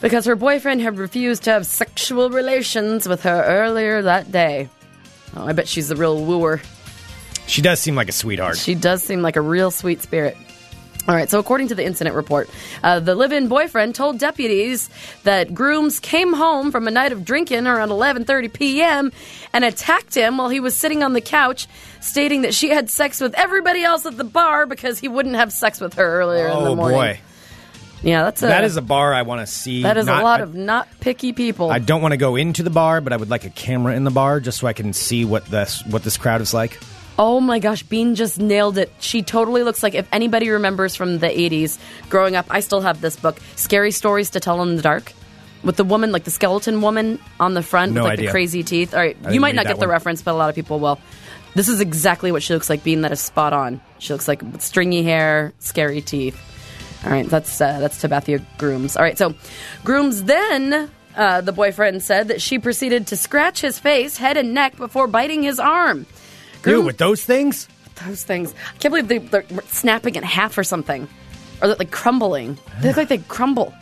Speaker 7: because her boyfriend had refused to have sexual relations with her earlier that day. Oh, I bet she's the real wooer.
Speaker 1: She does seem like a sweetheart.
Speaker 7: She does seem like a real sweet spirit. All right, so according to the incident report, uh, the live in boyfriend told deputies that grooms came home from a night of drinking around 11:30 p.m. and attacked him while he was sitting on the couch, stating that she had sex with everybody else at the bar because he wouldn't have sex with her earlier in the
Speaker 1: oh
Speaker 7: morning.
Speaker 1: boy,
Speaker 7: Yeah, that's a
Speaker 1: that is a bar I want to see.
Speaker 7: that is
Speaker 1: Not-
Speaker 7: a lot
Speaker 1: I-
Speaker 7: of not picky people.
Speaker 1: I don't want to go into the bar, but I would like a camera in the bar just so I can see what this what this crowd is like.
Speaker 7: Oh my gosh, Bean just nailed it. She totally looks like if anybody remembers from the 80s growing up, I still have this book, Scary Stories to Tell in the Dark, with the woman, like the skeleton woman on the front
Speaker 1: No
Speaker 7: with like
Speaker 1: idea.
Speaker 7: the crazy teeth. All right, you
Speaker 1: didn't
Speaker 7: might
Speaker 1: read
Speaker 7: not
Speaker 1: that
Speaker 7: get the
Speaker 1: one.
Speaker 7: reference, but a lot of people will. This is exactly what she looks like, Bean, that is spot on. She looks like with stringy hair, scary teeth. All right, that's uh, that's Tabathia Grooms. All right, so Grooms then uh, the boyfriend said that she proceeded to scratch his face, head, and neck before biting his arm.
Speaker 1: Dude, with those things,
Speaker 7: Those things. I can't believe they, they're snapping in half or something. Or they're like crumbling. They look like they crumble.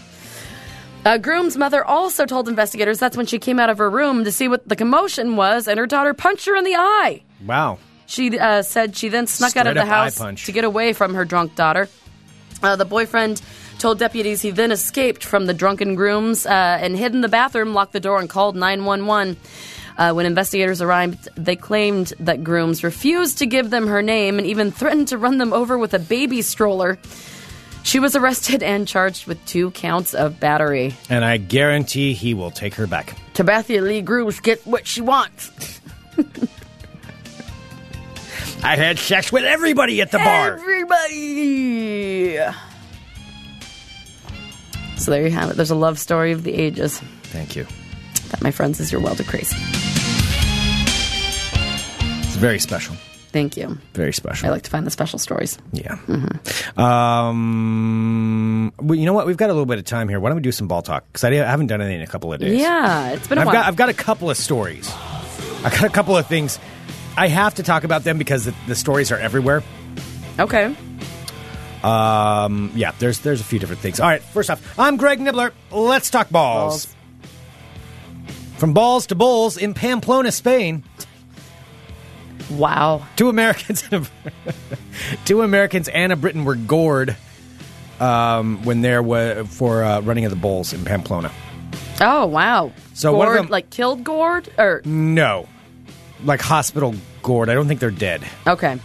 Speaker 7: Uh, Groom's mother also told investigators that's when she came out of her room to see what the commotion was, and her daughter punched her in the eye.
Speaker 1: wow.
Speaker 7: She uh, said she then snuck out of
Speaker 1: Straight up
Speaker 7: the
Speaker 1: eye
Speaker 7: house
Speaker 1: punch.
Speaker 7: to get away from her drunk daughter. Uh, the boyfriend told deputies he then escaped from the drunken grooms uh, and hid in the bathroom, locked the door, and called 911. Uh, when investigators arrived, they claimed that grooms refused to give them her name and even threatened to run them over with a baby stroller. She was arrested and charged with two counts of battery.
Speaker 1: And I guarantee he will take her back.
Speaker 7: Tabathia Lee Grooms gets what she wants.
Speaker 1: I had sex with everybody at the bar.
Speaker 7: Everybody. So there you have it. There's a love story of the ages.
Speaker 1: Thank you.
Speaker 7: That, my friends, is your world of crazy.
Speaker 1: It's very special.
Speaker 7: Thank you.
Speaker 1: Very
Speaker 7: I
Speaker 1: special.
Speaker 7: like Mm-hmm. to find the special stories.
Speaker 1: yeah. Um. Well, you know what? We've got a little bit of time here. Why don't we do some ball talk? Because I haven't done anything in a couple of days.
Speaker 7: Yeah, it's been a
Speaker 1: I've
Speaker 7: while.
Speaker 1: got I've got a couple of stories. I got a couple of things. I have to talk about them because the, the stories are everywhere.
Speaker 7: okay.
Speaker 1: Um, yeah, there's there's a few different things. All right, first off, I'm Greg Nibbler. Let's talk balls.
Speaker 7: Balls.
Speaker 1: From balls to bowls in Pamplona, Spain,
Speaker 7: Wow.
Speaker 1: two Americans and a, [LAUGHS] two Americans and a Briton were gored um, when there were for uh, running of the bulls in Pamplona.
Speaker 7: Oh, wow.
Speaker 1: So
Speaker 7: Gord,
Speaker 1: one of them-
Speaker 7: like killed Gord? Or
Speaker 1: No, like hospital gored. I don't think they're dead,
Speaker 7: okay.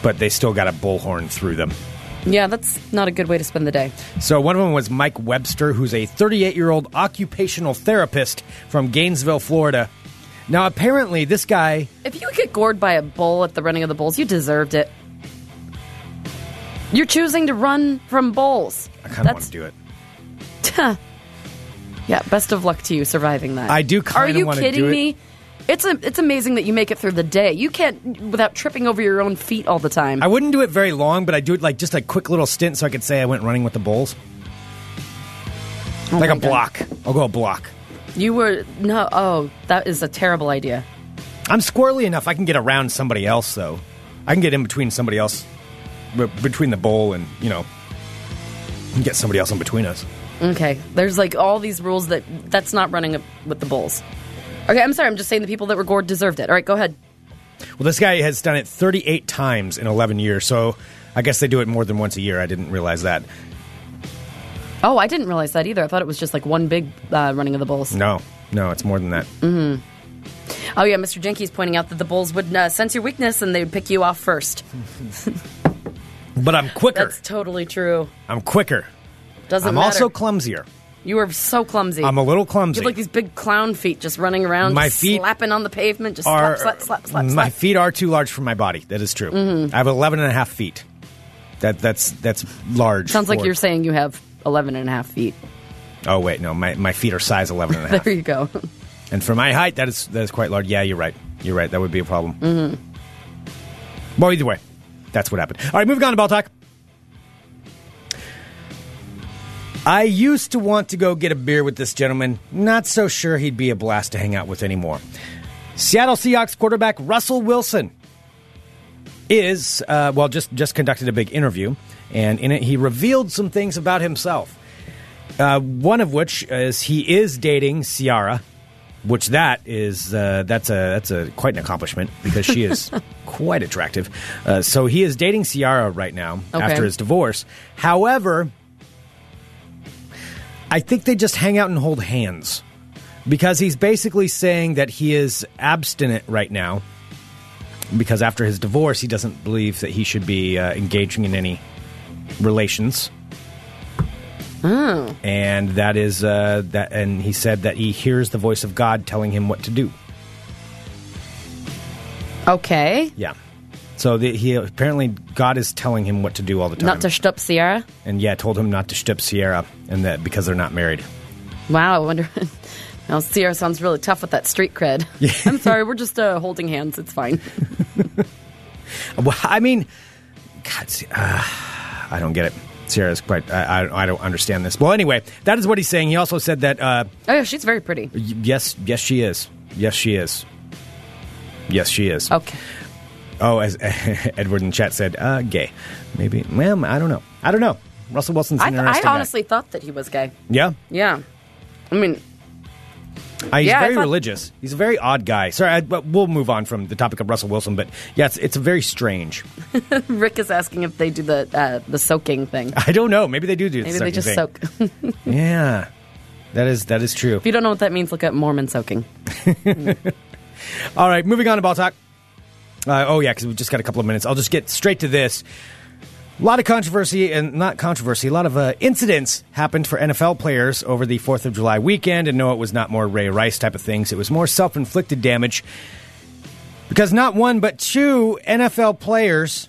Speaker 1: but they still got a bullhorn through them.
Speaker 7: Yeah, that's not a good way to spend the day.
Speaker 1: So one of them was Mike Webster, who's a 38 year old occupational therapist from Gainesville, Florida. Now, apparently, this guy,
Speaker 7: If you get gored by a bull at the running of the bulls, you deserved it. You're choosing to run from bulls.
Speaker 1: I kind of want to do it.
Speaker 7: Yeah, best of luck to you surviving that.
Speaker 1: I do
Speaker 7: Are
Speaker 1: kinda
Speaker 7: you
Speaker 1: wanna
Speaker 7: kidding
Speaker 1: do it.
Speaker 7: me? It's a, it's amazing that you make it through the day. You can't without tripping over your own feet all the time.
Speaker 1: I wouldn't do it very long, but I do it like just a quick little stint so I could say I went running with the bulls. like a
Speaker 7: Oh my God.
Speaker 1: block. I'll go a block.
Speaker 7: you were no. Oh, that is a terrible idea.
Speaker 1: I'm squirrely enough. I can get around somebody else, though. I can get in between somebody else, b- between the bowl and, you know, and get somebody else in between us.
Speaker 7: Okay, there's like all these rules that that's not running up with the bulls. Okay, I'm sorry. I'm just saying the people that were gored deserved it. All right, go ahead.
Speaker 1: Well, this guy has done it 38 times in 11 years, so I guess they do it more than once a year. I didn't realize that.
Speaker 7: Oh, I didn't realize that either. I thought it was just like one big uh, running of the bulls.
Speaker 1: No, no, it's more than that.
Speaker 7: Mm. Oh yeah, Mr. Jenke's pointing out that the bulls would uh, sense your weakness and they'd pick you off first.
Speaker 1: But I'm quicker.
Speaker 7: That's totally true.
Speaker 1: I'm quicker.
Speaker 7: Doesn't
Speaker 1: I'm
Speaker 7: matter.
Speaker 1: also clumsier.
Speaker 7: you are so clumsy.
Speaker 1: I'm a little
Speaker 7: You
Speaker 1: clumsy.
Speaker 7: have like these big clown feet just running around,
Speaker 1: My
Speaker 7: just
Speaker 1: feet
Speaker 7: slapping on the pavement, just
Speaker 1: Are-
Speaker 7: slap, slap, slap, slap,
Speaker 1: my
Speaker 7: slap. Mm-hmm.
Speaker 1: feet are too large for my body. That is true. I have 11 and a half feet. That that's that's large.
Speaker 7: Sounds like
Speaker 1: for-
Speaker 7: you're saying you have 11 and a half feet. [LAUGHS]
Speaker 1: Oh wait, no. My, my feet are size 11 and a half.
Speaker 7: There you go.
Speaker 1: And for my height, that is that is quite large. Yeah, you're right. You're right. That would be a problem. Mm-hmm. Well, either way, that's what happened. All right, moving on to ball talk. I used to want to go get a beer with this gentleman. Not so sure he'd be a blast to hang out with anymore. Seattle Seahawks quarterback Russell Wilson is uh, well just just conducted a big interview, and in it he revealed some things about himself. Uh, one of which is he is dating Ciara, which that is uh, that's a that's a quite an accomplishment because she is quite attractive. Uh, so he is dating Ciara right now
Speaker 7: Okay.
Speaker 1: after his divorce. However, I think they just hang out and hold hands because he's basically saying that he is abstinent right now because after his divorce he doesn't believe that he should be uh, engaging in any relations
Speaker 7: Hmm.
Speaker 1: and that is uh, that and he said that he hears the voice of god telling him what to do
Speaker 7: Okay.
Speaker 1: yeah so the, he apparently god is telling him what to do all the time
Speaker 7: Not to shtup Sierra.
Speaker 1: and yeah told him not to strip sierra and that because they're not married
Speaker 7: Wow, I wonder. [LAUGHS] Now Sierra sounds really tough with that street cred. [LAUGHS] I'm sorry, we're just uh, holding hands. It's fine.
Speaker 1: well, i mean god Si- uh, i don't get it sierra's quite I, I, I don't understand this well anyway that is what he's saying he also said that uh,
Speaker 7: Oh yeah, she's very pretty.
Speaker 1: y- yes yes she is yes she is yes she is
Speaker 7: Okay.
Speaker 1: Oh, as [LAUGHS] Edward in chat said, uh, gay. Maybe. Well, I don't know. I don't know. Russell Wilson's an
Speaker 7: I, th- I
Speaker 1: interesting guy.
Speaker 7: honestly thought that he was gay.
Speaker 1: Yeah.
Speaker 7: Yeah. I mean,
Speaker 1: Uh, he's
Speaker 7: Yeah, I
Speaker 1: very
Speaker 7: thought-
Speaker 1: religious. He's a very odd guy. Sorry, I, but we'll move on from the topic of Russell Wilson. But yeah, it's, it's very strange. [LAUGHS]
Speaker 7: Rick is asking if they do the uh, the soaking
Speaker 1: [LAUGHS]
Speaker 7: thing.
Speaker 1: I don't know. Maybe they do do the
Speaker 7: Maybe they
Speaker 1: second
Speaker 7: just
Speaker 1: thing.
Speaker 7: soak. [LAUGHS] if
Speaker 1: Yeah. That is that is true.
Speaker 7: you don't know what that means, look up Mormon soaking.
Speaker 1: All right, moving on to ball talk. Uh, oh yeah, because we've just got a couple of minutes. I'll just get straight to this. A lot of controversy and not controversy. A lot of uh, incidents happened for NFL players over the Fourth of July weekend, and no, it was not more Ray Rice type of things. It was more self-inflicted damage because not one but two NFL players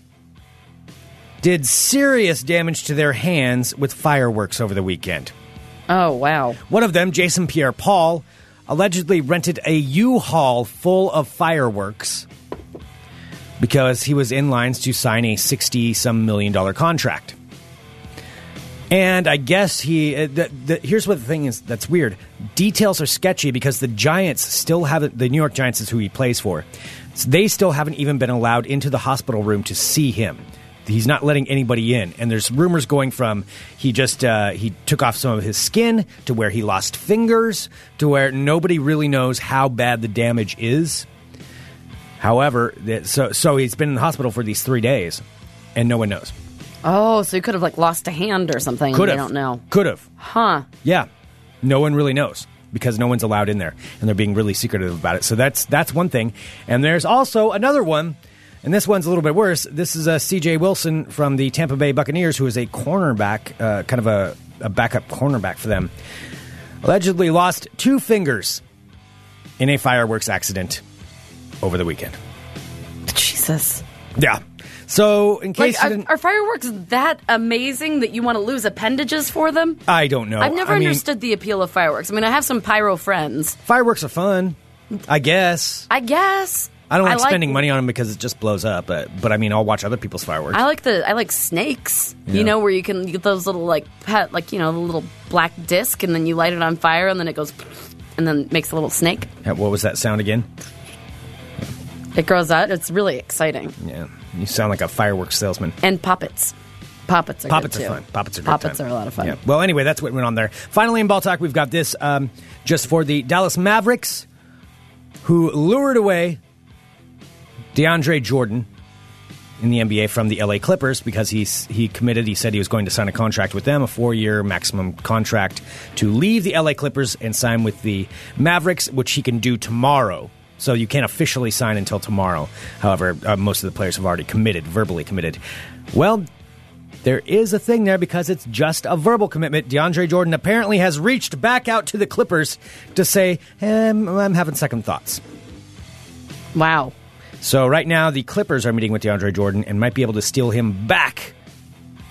Speaker 1: did serious damage to their hands with fireworks over the weekend.
Speaker 7: Oh wow.
Speaker 1: One of them, Jason Pierre Paul, allegedly rented a U Haul full of fireworks because he was in lines to sign a 60 some million dollar contract. And I guess he. Uh, the, the, here's what the thing is that's weird. Details are sketchy because the Giants still haven't. The New York Giants is who he plays for. So they still haven't even been allowed into the hospital room to see him. He's not letting anybody in. And there's rumors going from he just uh, he took off some of his skin to where he lost fingers to where nobody really knows how bad the damage is. However, that, so so he's been in the hospital for these three days, and no one knows.
Speaker 7: Oh, so you could have like lost a hand or something. and
Speaker 1: Could
Speaker 7: you
Speaker 1: have
Speaker 7: don't know.
Speaker 1: Could have.
Speaker 7: Huh.
Speaker 1: Yeah, no one really knows because no one's allowed in there, and they're being really secretive about it. So that's that's one thing. And there's also another one, and this one's a little bit worse. This is uh, C.J. Wilson from the Tampa Bay Buccaneers, who is a cornerback, uh, kind of a, a backup cornerback for them. Allegedly lost two fingers in a fireworks accident over the weekend.
Speaker 7: Jesus.
Speaker 1: Yeah. So in case
Speaker 7: Like,
Speaker 1: you
Speaker 7: are,
Speaker 1: didn't,
Speaker 7: are fireworks that amazing that you want to lose appendages for them?
Speaker 1: I don't know.
Speaker 7: I've never
Speaker 1: Oh, I mean,
Speaker 7: understood the appeal of fireworks. I mean, I have some pyro friends.
Speaker 1: Fireworks are fun, I guess.
Speaker 7: I guess.
Speaker 1: I don't like,
Speaker 7: like
Speaker 1: spending money on them because it just blows up. But, but I mean, I'll watch other people's fireworks.
Speaker 7: I like the I like snakes.
Speaker 1: Yeah.
Speaker 7: You know where you can get those little like pet like you know the little black disc and then you light it on fire and then it goes and then makes a little snake.
Speaker 1: Yeah, what was that sound again?
Speaker 7: It grows out. It's really exciting.
Speaker 1: Yeah, you sound like a fireworks salesman.
Speaker 7: And poppets. Poppets are
Speaker 1: Poppets
Speaker 7: good
Speaker 1: are
Speaker 7: too.
Speaker 1: fun. Poppets are good
Speaker 7: Poppets
Speaker 1: time.
Speaker 7: are a lot of fun.
Speaker 1: Yeah. Well, anyway, that's what went on there. Finally, in ball talk, we've got this um, just for the Dallas Mavericks, who lured away DeAndre Jordan in the NBA from the LA Clippers because he's he committed. He said he was going to sign a contract with them, a four-year maximum contract, to leave the LA Clippers and sign with the Mavericks, which he can do tomorrow. So you can't officially sign until tomorrow. However, uh, most of the players have already committed, verbally committed. Well, there is a thing there because it's just a verbal commitment. DeAndre Jordan apparently has reached back out to the Clippers to say, um, I'm having second thoughts.
Speaker 7: Wow.
Speaker 1: So right now, the Clippers are meeting with DeAndre Jordan and might be able to steal him back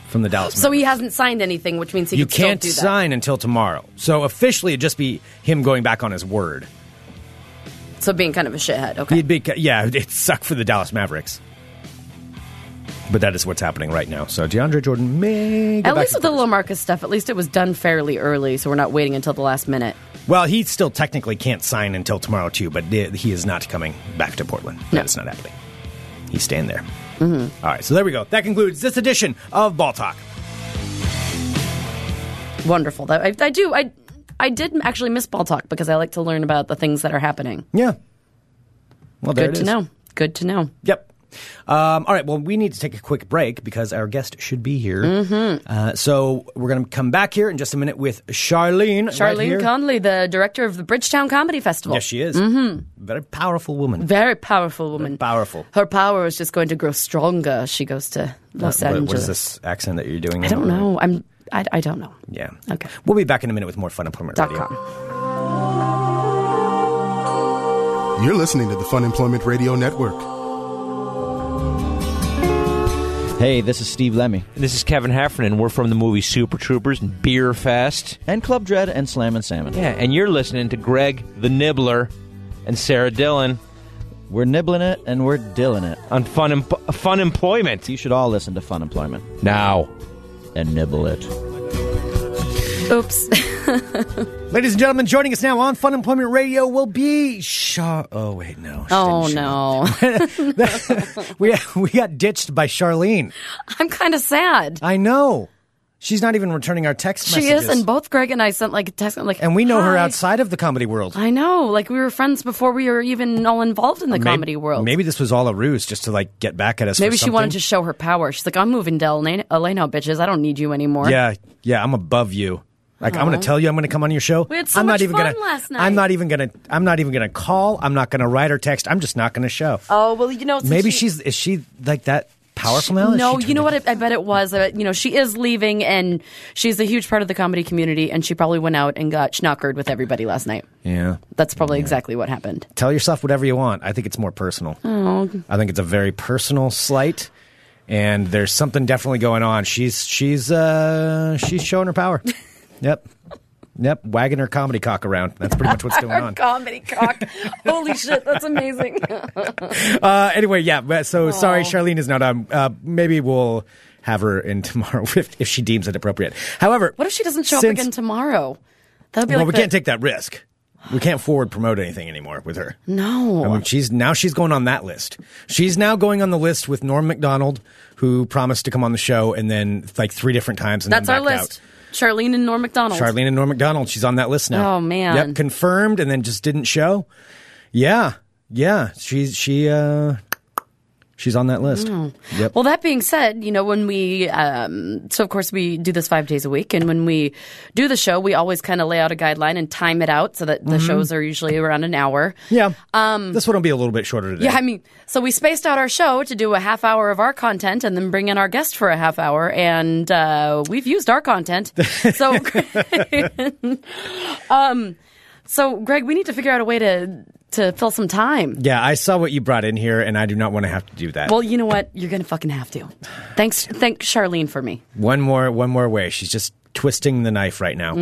Speaker 1: from the Dallas.
Speaker 7: So
Speaker 1: Mavericks.
Speaker 7: he hasn't signed anything, which means he
Speaker 1: you
Speaker 7: can still
Speaker 1: can't
Speaker 7: do that.
Speaker 1: sign until tomorrow. So officially, it'd just be him going back on his word.
Speaker 7: So being kind of a shithead. Okay.
Speaker 1: He'd be, yeah, [LAUGHS] it'd suck for the Dallas Mavericks. But that is what's happening right now. So DeAndre Jordan may go
Speaker 7: at
Speaker 1: back
Speaker 7: least
Speaker 1: to
Speaker 7: with the
Speaker 1: Clippers.
Speaker 7: Lamarcus stuff, at least it was done fairly early, so we're not waiting until the last minute.
Speaker 1: Well, he still technically can't sign until tomorrow too, but he he is not coming back to Portland.
Speaker 7: No. Mm-hmm.
Speaker 1: That's not happening. He's staying there. All right, so there we go. That concludes this edition of Ball Talk.
Speaker 7: Wonderful. That I, I do. I I did actually miss ball talk because I like to learn about the things that are happening.
Speaker 1: Yeah. Well, there
Speaker 7: Good
Speaker 1: it
Speaker 7: to
Speaker 1: is.
Speaker 7: know. Good to know.
Speaker 1: Yep. Um, all right. Well, we need to take a quick break because our guest should be here. Mm-hmm. Uh, so we're going to come back here in just a minute with Charlene. right
Speaker 7: Charlene
Speaker 1: here.
Speaker 7: Conley, the director of the Bridgetown Comedy Festival.
Speaker 1: Yes, she is. Mm-hmm. Very powerful woman.
Speaker 7: Very powerful woman.
Speaker 1: powerful. Uh,
Speaker 7: Her power is just going to grow stronger as she goes to Los
Speaker 1: What-
Speaker 7: Angeles.
Speaker 1: what is this accent that you're doing?
Speaker 7: I don't know. I'm. I, I don't know.
Speaker 1: Yeah.
Speaker 7: Okay.
Speaker 1: We'll be back in a minute with more Fun Employment
Speaker 7: Dot
Speaker 1: Radio.
Speaker 7: com.
Speaker 2: You're listening to the Fun Employment Radio Network.
Speaker 4: Hey, this is Steve Lemmy.
Speaker 5: This is Kevin Heffernan. We're from the movie Super Troopers and Beer Fest.
Speaker 4: And Club Dread and Slam and Salmon.
Speaker 5: Yeah, and you're listening to Greg the Nibbler and Sarah Dillon
Speaker 4: We're nibbling it and we're dilling it.
Speaker 5: on Fun em- Fun Employment.
Speaker 4: You should all listen to Fun Employment
Speaker 5: Now,
Speaker 4: and nibble it.
Speaker 7: Oops. [LAUGHS]
Speaker 1: Ladies and gentlemen, joining us now on Fun Employment Radio will be Char. Oh wait, no. she
Speaker 7: oh
Speaker 1: didn't-
Speaker 7: no.
Speaker 1: she- we [LAUGHS] we got ditched by Charlene.
Speaker 7: [LAUGHS] I'm kind of sad.
Speaker 1: I know. She's not even returning our text
Speaker 7: She
Speaker 1: messages.
Speaker 7: is, and both Greg and I sent like a text. I'm like,
Speaker 1: and we know her
Speaker 7: "Hi."
Speaker 1: outside of the comedy world.
Speaker 7: I know. Like we were friends before we were even all involved in the comedy
Speaker 1: maybe,
Speaker 7: world.
Speaker 1: Maybe this was all a ruse just to like get back at us. for
Speaker 7: Maybe she wanted
Speaker 1: something.
Speaker 7: to show her power. She's like, I'm moving to LA, LA now, bitches. I don't need you anymore.
Speaker 1: Yeah, yeah. I'm above you. Like I'm going to tell you, I'm going to come on your show.
Speaker 7: Uh-huh. We had so
Speaker 1: I'm
Speaker 7: much
Speaker 1: not even
Speaker 7: fun
Speaker 1: gonna,
Speaker 7: last
Speaker 1: I'm
Speaker 7: night.
Speaker 1: not even going to. I'm not even going to call. I'm not going to write or text. I'm just not going to show.
Speaker 7: Oh well, you know. since
Speaker 1: maybe
Speaker 7: she-
Speaker 1: she's is she like that powerful now? Is
Speaker 7: No,
Speaker 1: she
Speaker 7: you know
Speaker 1: turning-
Speaker 7: what? I, I bet it was. I bet, you know, she is leaving, and she's a huge part of the comedy community, and she probably went out and got schnockered with everybody last night.
Speaker 1: Yeah.
Speaker 7: That's probably exactly what happened.
Speaker 1: Tell yourself whatever you want. I think it's more personal. Oh. I think it's a very personal slight. And there's something definitely going on. She's she's uh she's showing her
Speaker 7: [LAUGHS]
Speaker 1: power. yep. Yep, wagging her comedy cock around. That's pretty much what's going
Speaker 7: [LAUGHS]
Speaker 1: on. [LAUGHS]
Speaker 7: comedy cock. Holy shit, that's amazing.
Speaker 1: Uh, anyway, yeah. but- So sorry, Charlene is not on. Uh, maybe we'll have her in [LAUGHS] tomorrow if, if she deems it appropriate. However,
Speaker 7: what if she doesn't show
Speaker 1: Since-
Speaker 7: up again tomorrow? That would be
Speaker 1: well,
Speaker 7: like
Speaker 1: we
Speaker 7: the-
Speaker 1: can't take that risk. We can't forward promote anything anymore with her.
Speaker 7: No.
Speaker 1: I mean, she's now she's going on that list. She's now going on the list with Norm Macdonald, who promised to come on the show, and then like three different times. And
Speaker 7: That's
Speaker 1: then
Speaker 7: our
Speaker 1: backed
Speaker 7: list. Charlene and Norm McDonald.
Speaker 1: Out. Charlene and Norm Macdonald. She's on that list now.
Speaker 7: Oh, man.
Speaker 1: Yep, confirmed, and then just didn't show. Yeah, yeah. She's she uh, she's on that list. Yep.
Speaker 7: Hmm. Well, that being said, you know, when we, um, so of course we do this five days a week. And when we do the show, we always kind of lay out a guideline and time it out so that the
Speaker 1: Mm-hmm.
Speaker 7: shows are usually around an hour.
Speaker 1: yeah. Um, this one will be a little bit shorter today.
Speaker 7: Yeah, I mean, so we spaced out our show to do a half hour of our content and then bring in our guest for a half hour. And uh, we've used our
Speaker 1: [LAUGHS]
Speaker 7: content. So, [LAUGHS] um, so Greg, we need to figure out a way to, to fill some time.
Speaker 1: Yeah, I saw what you brought in here, and I do not want to have to do that.
Speaker 7: Well, you know what? You're going to fucking have to. Thanks. Thank Charlene for me.
Speaker 1: one more, one more way. She's just twisting the knife right now.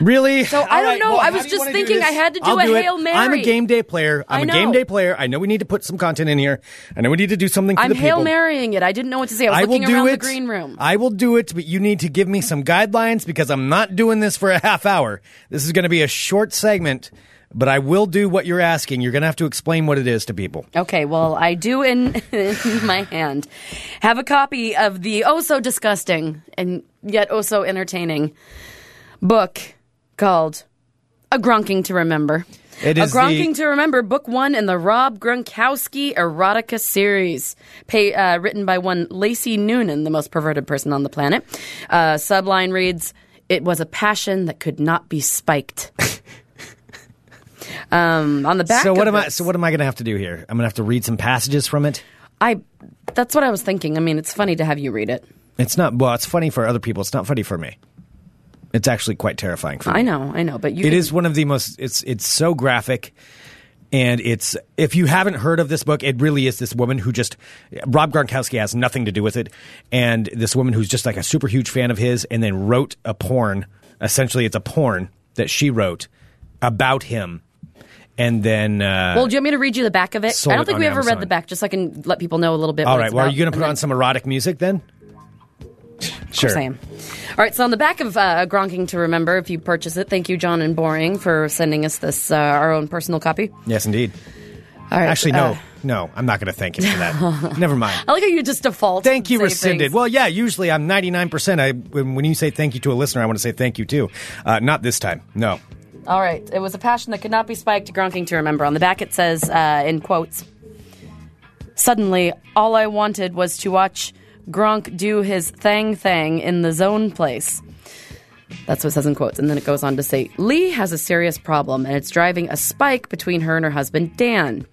Speaker 1: Really? So
Speaker 7: Mm-hmm. I don't know. I was just thinking I had to do a Hail
Speaker 1: I'm a
Speaker 7: Mary.
Speaker 1: game day player.
Speaker 7: I
Speaker 1: I'm a
Speaker 7: know.
Speaker 1: game day player. I know we need to put some content in here. I know we need to do something for
Speaker 7: I'm
Speaker 1: the people.
Speaker 7: hail marrying it. I didn't know what to say. I was
Speaker 1: I will
Speaker 7: looking
Speaker 1: do
Speaker 7: around
Speaker 1: it.
Speaker 7: the green room.
Speaker 1: I will do it, but you need to give me some guidelines because I'm not doing this for a half hour. This is going to be a short segment, but I will do what you're asking. You're going to have to explain what it is to people.
Speaker 7: Okay, well, I do in, [LAUGHS] in my hand have a copy of the oh so disgusting and yet oh so entertaining book called A Grunking to Remember.
Speaker 1: It is
Speaker 7: a Grunking
Speaker 1: the-
Speaker 7: to Remember, Book One in the Rob Gronkowski erotica series, pay, uh, written by one Lacey Noonan, the most perverted person on the planet. Uh, subline reads, "It was a passion that could not be spiked."
Speaker 1: [LAUGHS]
Speaker 7: um, on the back.
Speaker 1: so what
Speaker 7: of
Speaker 1: am I?
Speaker 7: this-
Speaker 1: So what am I going to have to do here? I'm going to have to read some passages from it.
Speaker 7: I that's what I was thinking. I mean, it's funny to have you read it.
Speaker 1: It's not. Well, it's funny for other people. It's not funny for me. It's actually quite terrifying for me.
Speaker 7: I know, I know, but you
Speaker 1: It
Speaker 7: can-
Speaker 1: is one of the most. It's it's so graphic, and it's if you haven't heard of this book, it really is this woman who just Rob Gronkowski has nothing to do with it, and this woman who's just like a super huge fan of his, and then wrote a porn. Essentially, it's a porn that she wrote about him, and then uh,
Speaker 7: Well, do you want me to read you the back of it?
Speaker 1: Sold
Speaker 7: I don't
Speaker 1: it
Speaker 7: think
Speaker 1: on
Speaker 7: we ever
Speaker 1: Amazon.
Speaker 7: read the back, just so I can let people know a little bit.
Speaker 1: all
Speaker 7: what
Speaker 1: right.
Speaker 7: it's
Speaker 1: Well, are
Speaker 7: about.
Speaker 1: you going to
Speaker 7: And
Speaker 1: put
Speaker 7: then-
Speaker 1: on some erotic music then? Sure.
Speaker 7: course I am. All right, so on the back of uh, Gronking to Remember, if you purchase it, thank you, John and Boring, for sending us this uh, our own personal copy.
Speaker 1: Yes, indeed.
Speaker 7: All right.
Speaker 1: Actually, no,
Speaker 7: uh,
Speaker 1: no, I'm not going to thank him for
Speaker 7: [LAUGHS]
Speaker 1: that. Never mind.
Speaker 7: I like how you just default.
Speaker 1: Thank you,
Speaker 7: and say
Speaker 1: rescinded.
Speaker 7: things.
Speaker 1: Well, yeah, usually I'm 99%. I when, when you say thank you to a listener, I want to say thank you too. Uh, not this time. No.
Speaker 7: All right. It was a passion that could not be spiked, gronking to remember. On the back, it says, uh, in quotes, Suddenly, all I wanted was to watch Gronk do his thang thang in the zone place. That's what it says in quotes. And then it goes on to say, Lee has a serious problem, and it's driving a spike between her and her husband, Dan.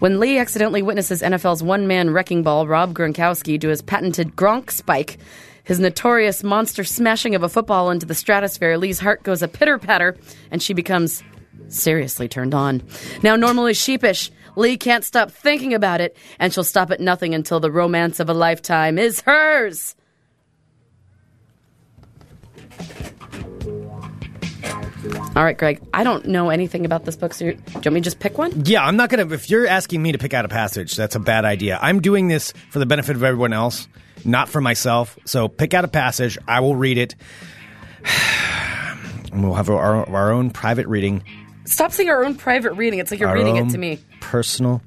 Speaker 7: When Lee accidentally witnesses NFL's one man wrecking ball, Rob Gronkowski, do his patented Gronk spike, his notorious monster smashing of a football into the stratosphere, Lee's heart goes a pitter patter and she becomes seriously turned on. Now, normally sheepish, Lee can't stop thinking about it and she'll stop at nothing until the romance of a lifetime is hers. All right, Greg, I don't know anything about this book, so you- do you want me to just pick one?
Speaker 1: Yeah, I'm not going to. If you're asking me to pick out a passage, that's a bad idea. I'm doing this for the benefit of everyone else, not for myself. So pick out a passage. I will read it. [SIGHS] And we'll have our, our own private reading.
Speaker 7: Stop saying our own private reading. It's like you're
Speaker 1: our
Speaker 7: reading
Speaker 1: own
Speaker 7: it to me.
Speaker 1: Personal,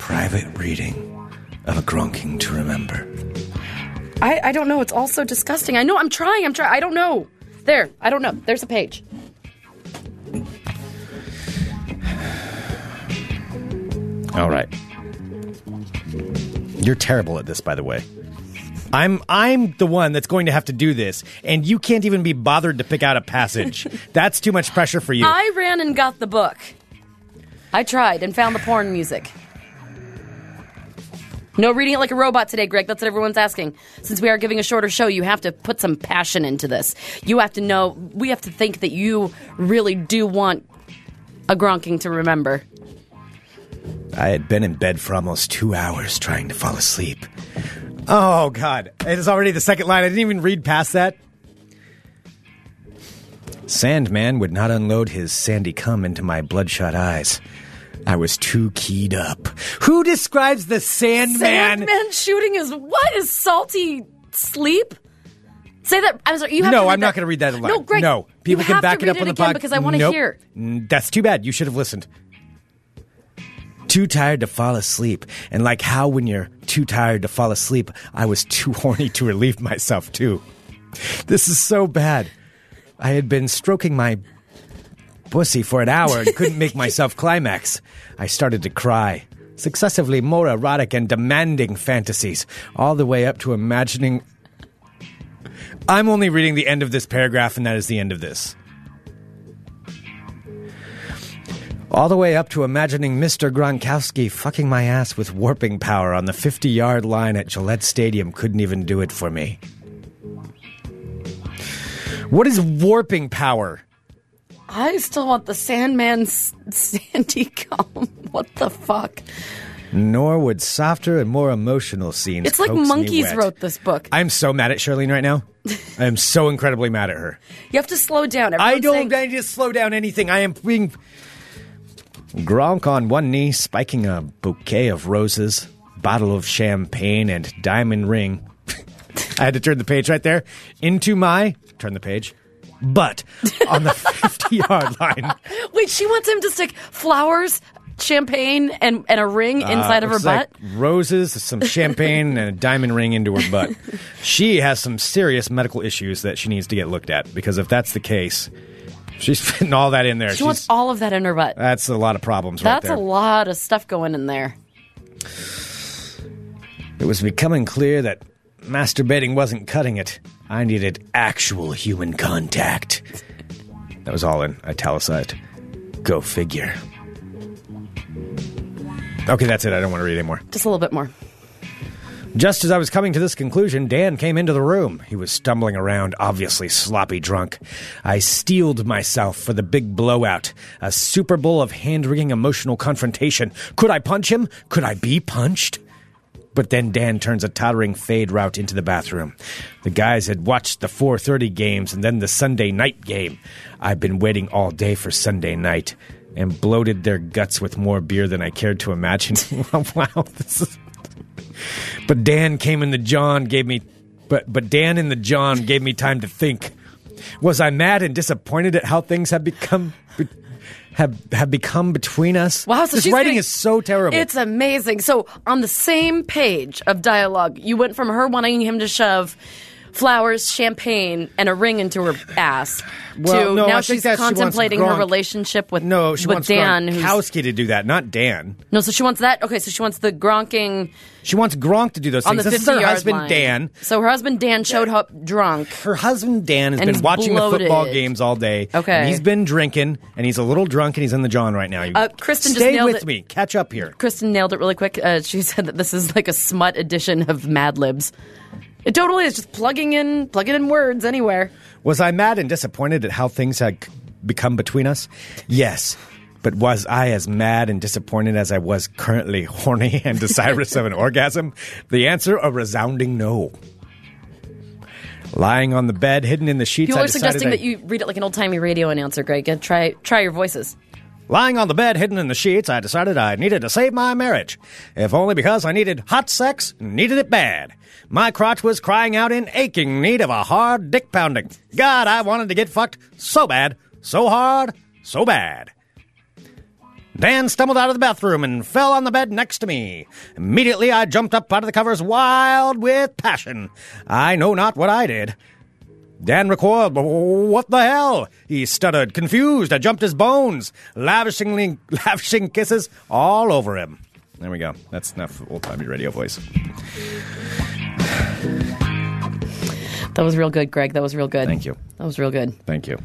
Speaker 1: private reading of a gronking to remember.
Speaker 7: I, I don't know. It's all so disgusting. I know. I'm trying. I'm trying. I don't know. There. I don't know. There's a page.
Speaker 1: All right. You're terrible at this, by the way. I'm I'm the one that's going to have to do this, and you can't even be bothered to pick out a passage. that's too much pressure for you.
Speaker 7: I ran and got the book. I tried and found the porn music. No reading it like a robot today, Greg. That's what everyone's asking. Since we are giving a shorter show, you have to put some passion into this. You have to know, we have to think that you really do want a gronking to remember.
Speaker 1: I had been in bed for almost two hours trying to fall asleep. Oh God! It is already the second line. I didn't even read past that. Sandman would not unload his sandy cum into my bloodshot eyes. I was too keyed up. Who describes the Sandman?
Speaker 7: Sandman shooting is what is salty sleep? Say that. I'm sorry. You have
Speaker 1: no,
Speaker 7: to read
Speaker 1: I'm not going to read that aloud.
Speaker 7: No, Greg.
Speaker 1: No, people
Speaker 7: you
Speaker 1: can
Speaker 7: have
Speaker 1: back
Speaker 7: to
Speaker 1: it up
Speaker 7: read
Speaker 1: on the
Speaker 7: again
Speaker 1: podcast
Speaker 7: because I want to
Speaker 1: nope.
Speaker 7: hear.
Speaker 1: Mm, That's too bad. You should have listened. Too tired to fall asleep, and like how when you're too tired to fall asleep, I was too [LAUGHS] horny to relieve myself too. This is so bad. I had been stroking my pussy for an hour and couldn't
Speaker 7: [LAUGHS]
Speaker 1: make myself climax. I started to cry. Successively more erotic and demanding fantasies, all the way up to imagining. I'm only reading the end of this paragraph, and that is the end of this. All the way up to imagining Mr. Gronkowski fucking my ass with warping power on the 50 yard line at Gillette Stadium couldn't even do it for me. What is warping power?
Speaker 7: I still want the Sandman's Sandy Calm. [LAUGHS] What the fuck?
Speaker 1: Nor would softer and more emotional scenes.
Speaker 7: It's like
Speaker 1: coax me
Speaker 7: monkeys
Speaker 1: wet.
Speaker 7: wrote this book.
Speaker 1: I'm so mad at Charlene right
Speaker 7: [LAUGHS]
Speaker 1: now. I am so incredibly mad at her.
Speaker 7: you have to slow down.
Speaker 1: I
Speaker 7: Everyone's
Speaker 1: don't.
Speaker 7: saying-
Speaker 1: I just slow down anything. I am being Gronk on one knee, spiking a bouquet of roses, bottle of champagne, and diamond ring. [LAUGHS] I had to turn the page right there into my turn the page, but on the [LAUGHS] fifty-yard line.
Speaker 7: Wait, she wants him to stick flowers, champagne, and, and a ring [LAUGHS] inside of her
Speaker 1: Looks Uh, like
Speaker 7: butt.
Speaker 1: roses, some champagne, and a diamond ring into her
Speaker 7: [LAUGHS]
Speaker 1: butt. she has some serious medical issues that she needs to get looked at because if that's the case, she's [LAUGHS] fitting all that in there.
Speaker 7: she wants
Speaker 1: She's-
Speaker 7: all of that in her butt.
Speaker 1: that's a lot of problems right
Speaker 7: That's
Speaker 1: there.
Speaker 7: a lot of stuff going in there.
Speaker 1: It was becoming clear that masturbating wasn't cutting it. I needed actual human contact. That was all in italicized. Go figure. Okay, that's it. I don't want to read anymore.
Speaker 7: Just a little bit more.
Speaker 1: Just as I was coming to this conclusion, Dan came into the room. He was stumbling around, obviously sloppy drunk. I steeled myself for the big blowout, a Super Bowl of hand wringing emotional confrontation. Could I punch him? Could I be punched? But then Dan turns a tottering fade route into the bathroom. The guys had watched the 4:30 games and then the Sunday night game. I've been waiting all day for Sunday night and bloated their guts with more beer than I cared to imagine. [LAUGHS] wow, this is but Dan came in the John gave me but but Dan in the John gave me time to think. Was I mad and disappointed at how things had become have have become between us.
Speaker 7: Wow, so
Speaker 1: this
Speaker 7: she's
Speaker 1: writing
Speaker 7: getting-
Speaker 1: is so terrible.
Speaker 7: It's amazing. So on the same page of dialogue, you went from her wanting him to shove flowers, champagne, and a ring into her ass
Speaker 1: Well,
Speaker 7: to
Speaker 1: no,
Speaker 7: now
Speaker 1: I think
Speaker 7: she's
Speaker 1: that's- she wants
Speaker 7: contemplating her
Speaker 1: Gronk.
Speaker 7: relationship with
Speaker 1: no, she
Speaker 7: with
Speaker 1: wants
Speaker 7: Dan. who's-
Speaker 1: Gronkowski to do that, not Dan.
Speaker 7: no, so she wants that. Okay, so she wants the gronking
Speaker 1: She wants Gronk to do those
Speaker 7: on
Speaker 1: things.
Speaker 7: the
Speaker 1: this is
Speaker 7: fifty
Speaker 1: her
Speaker 7: yard
Speaker 1: Um, husband
Speaker 7: line.
Speaker 1: Dan.
Speaker 7: So her husband Dan showed up drunk.
Speaker 1: Her husband Dan has
Speaker 7: And
Speaker 1: been
Speaker 7: he's
Speaker 1: watching the football
Speaker 7: bloated.
Speaker 1: games all day.
Speaker 7: Okay.
Speaker 1: and he's been drinking, and he's a little drunk, and he's in the John right now. You-
Speaker 7: Uh, Kristen just
Speaker 1: stay
Speaker 7: nailed
Speaker 1: with
Speaker 7: it.
Speaker 1: me. Catch up here.
Speaker 7: Kristen nailed it really quick. Uh, [LAUGHS] she said that this is like a smut edition of Mad Libs. It totally is just plugging in, plugging in words anywhere.
Speaker 1: Was I mad and disappointed at how things had c- become between us? Yes. But was I as mad and disappointed as I was currently horny [LAUGHS] and desirous
Speaker 7: [LAUGHS]
Speaker 1: of an orgasm? The answer a resounding no. Lying on the bed, hidden in the sheets,
Speaker 7: People
Speaker 1: I
Speaker 7: are
Speaker 1: decided
Speaker 7: suggesting
Speaker 1: I-
Speaker 7: that you read it like an old timey radio announcer, Greg. Uh, Try try your voices.
Speaker 1: Lying on the bed, hidden in the sheets, I decided I needed to save my marriage. If only because I needed hot sex and needed it bad. My crotch was crying out in aching need of a hard dick pounding. God, I wanted to get fucked so bad, so hard, so bad. Dan stumbled out of the bathroom and fell on the bed next to me. Immediately, I jumped up out of the covers, wild with passion. I know not what I did. Dan recoiled. What the hell? He stuttered, confused. I jumped his bones, lavishingly [LAUGHS] lavishing kisses all over him. There we go. That's enough old timey radio voice.
Speaker 7: That was real good, Greg. That was real good.
Speaker 1: Thank you.
Speaker 7: That was real good.
Speaker 1: Thank you.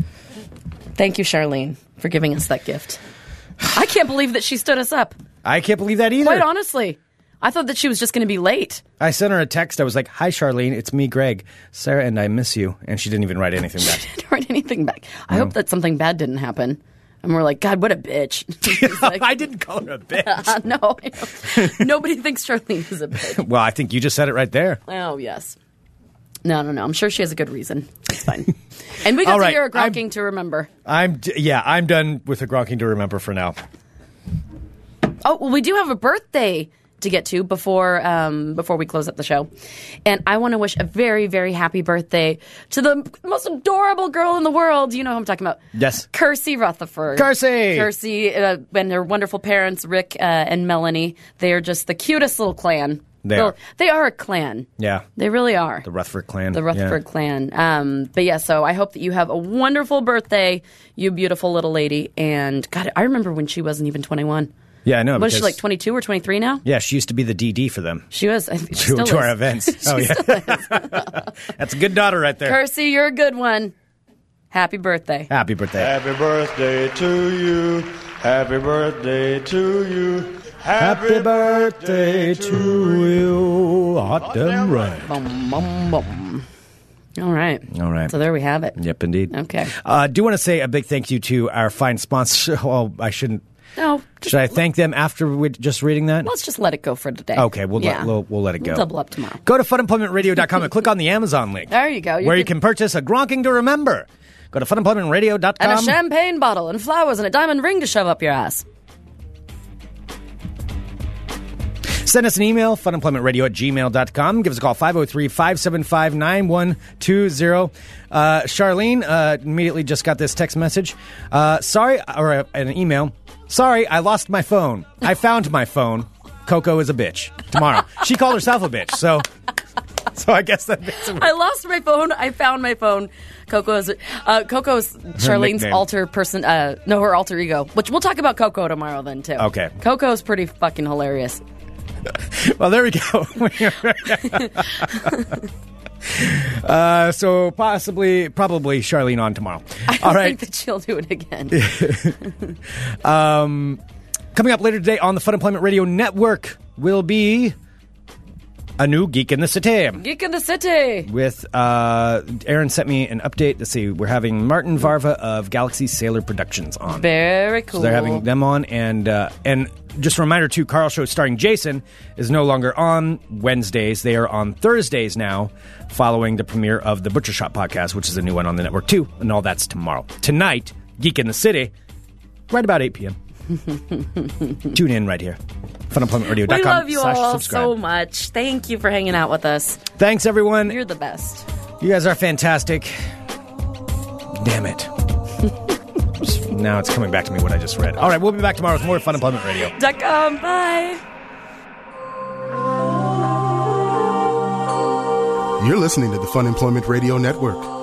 Speaker 7: Thank you, Charlene, for giving us that gift. [SIGHS] I can't believe that she stood us up.
Speaker 1: I can't believe that either.
Speaker 7: Quite honestly, I thought that she was just going to be late. [LAUGHS]
Speaker 1: I sent her a text. I was like, "Hi, Charlene. It's me, Greg. Sarah and I miss you." And she didn't even write anything back.
Speaker 7: I didn't write anything back. I hope that something bad didn't happen. And we're like, God, what a bitch. [LAUGHS] It's
Speaker 1: [LAUGHS]
Speaker 7: like,
Speaker 1: I didn't call her a bitch. [LAUGHS]
Speaker 7: [LAUGHS] uh, no, I know. [LAUGHS] nobody thinks Charlene is a bitch.
Speaker 1: Well, I think you just said it right there.
Speaker 7: Oh yes. No, no, no. I'm sure she has a good reason. It's fine. And we
Speaker 1: All
Speaker 7: got
Speaker 1: right,
Speaker 7: to hear a
Speaker 1: I'm-
Speaker 7: gronking to remember.
Speaker 1: I'm d- yeah. I'm done with the gronking to remember for now.
Speaker 7: Oh well, we do have a birthday to get to before um, before we close up the show, and I want to wish a very very happy birthday to the most adorable girl in the world. You know who I'm talking about?
Speaker 1: Yes.
Speaker 7: Kersey Rutherford.
Speaker 1: Kersey!
Speaker 7: Kersey uh, and her wonderful parents, Rick uh, and Melanie. They are just the cutest little clan.
Speaker 1: They
Speaker 7: Well,
Speaker 1: are.
Speaker 7: They are a clan.
Speaker 1: Yeah.
Speaker 7: They really are.
Speaker 1: The Rutherford clan.
Speaker 7: the Rutherford clan. Um, but yeah, so I hope that you have a wonderful birthday, you beautiful little lady. And God, I remember when she wasn't even 21.
Speaker 1: Yeah, I know.
Speaker 7: What is she
Speaker 1: Oh, because-
Speaker 7: like 22 or 23 now?
Speaker 1: Yeah, she used to be the DD for them.
Speaker 7: She was.
Speaker 1: [LAUGHS]
Speaker 7: I think [LAUGHS] she
Speaker 1: to,
Speaker 7: still
Speaker 1: to our
Speaker 7: is.
Speaker 1: events. oh yeah, [LAUGHS] that's a good daughter right there.
Speaker 7: Percy, you're a good one. Happy birthday.
Speaker 1: Happy birthday.
Speaker 8: Happy birthday to you. Happy birthday to you.
Speaker 1: you. Hot damn right.
Speaker 7: Boom, boom, boom. All right.
Speaker 1: All right.
Speaker 7: So there we have it.
Speaker 1: Yep, indeed.
Speaker 7: Okay.
Speaker 1: Uh, do want to say a big thank you to our fine sponsor. [LAUGHS] Well, I shouldn't.
Speaker 7: No, just,
Speaker 1: Should I thank them after we just reading that?
Speaker 7: let's just let it go for today.
Speaker 1: Okay, we'll,
Speaker 7: Yeah.
Speaker 1: let, we'll we'll let it go.
Speaker 7: We'll double up tomorrow.
Speaker 1: Go to funemploymentradio.com and click on the Amazon link.
Speaker 7: There you go. You
Speaker 1: where you
Speaker 7: could-
Speaker 1: can purchase a Gronking to remember. Go to funemploymentradio.com.
Speaker 7: And a champagne bottle and flowers and a diamond ring to shove up your ass.
Speaker 1: Send us an email, funemploymentradio at gmail.com. Give us a call, 503 575 9120. Charlene uh, immediately just got this text message. Uh, sorry, or uh, an email. Sorry, I lost my phone. I found my phone. Coco is a bitch. Tomorrow. she called herself a bitch, so. So I guess that makes it
Speaker 7: I lost my phone. I found my phone. Coco's, uh, Coco's Charlene's
Speaker 1: nickname.
Speaker 7: alter person. Uh, no, her alter ego. Which we'll talk about Coco tomorrow then too.
Speaker 1: Okay.
Speaker 7: Coco's pretty fucking hilarious.
Speaker 1: Well, there we go. [LAUGHS] uh, so possibly, probably Charlene on tomorrow. All
Speaker 7: I
Speaker 1: right.
Speaker 7: think that she'll do it again.
Speaker 1: Coming up later today on the Fun Employment Radio Network will be a new Geek in the City.
Speaker 7: Geek in the City.
Speaker 1: With uh, Aaron sent me an update. Let's see, we're having Martin Varva of Galaxy Sailor Productions on.
Speaker 7: Very cool.
Speaker 1: So they're having them on, and uh, and just a reminder too, Carl show starring Jason is no longer on Wednesdays. They are on Thursdays now, following the premiere of the Butcher Shop podcast, which is a new one on the network too, and all that's tomorrow. Tonight, Geek in the City, right about eight
Speaker 7: [LAUGHS]
Speaker 1: p.m. Tune in right here, funemploymentradio.com.
Speaker 7: We love you
Speaker 1: slash
Speaker 7: all
Speaker 1: subscribe.
Speaker 7: so much. Thank you for hanging out with us.
Speaker 1: Thanks everyone.
Speaker 7: You're the best. [LAUGHS]
Speaker 1: You guys are fantastic. Damn it. Just Now it's coming back to me what I just read. All right, we'll be back tomorrow with more Fun Employment Radio.
Speaker 7: .com. Bye.
Speaker 2: You're listening to the Fun Employment Radio Network.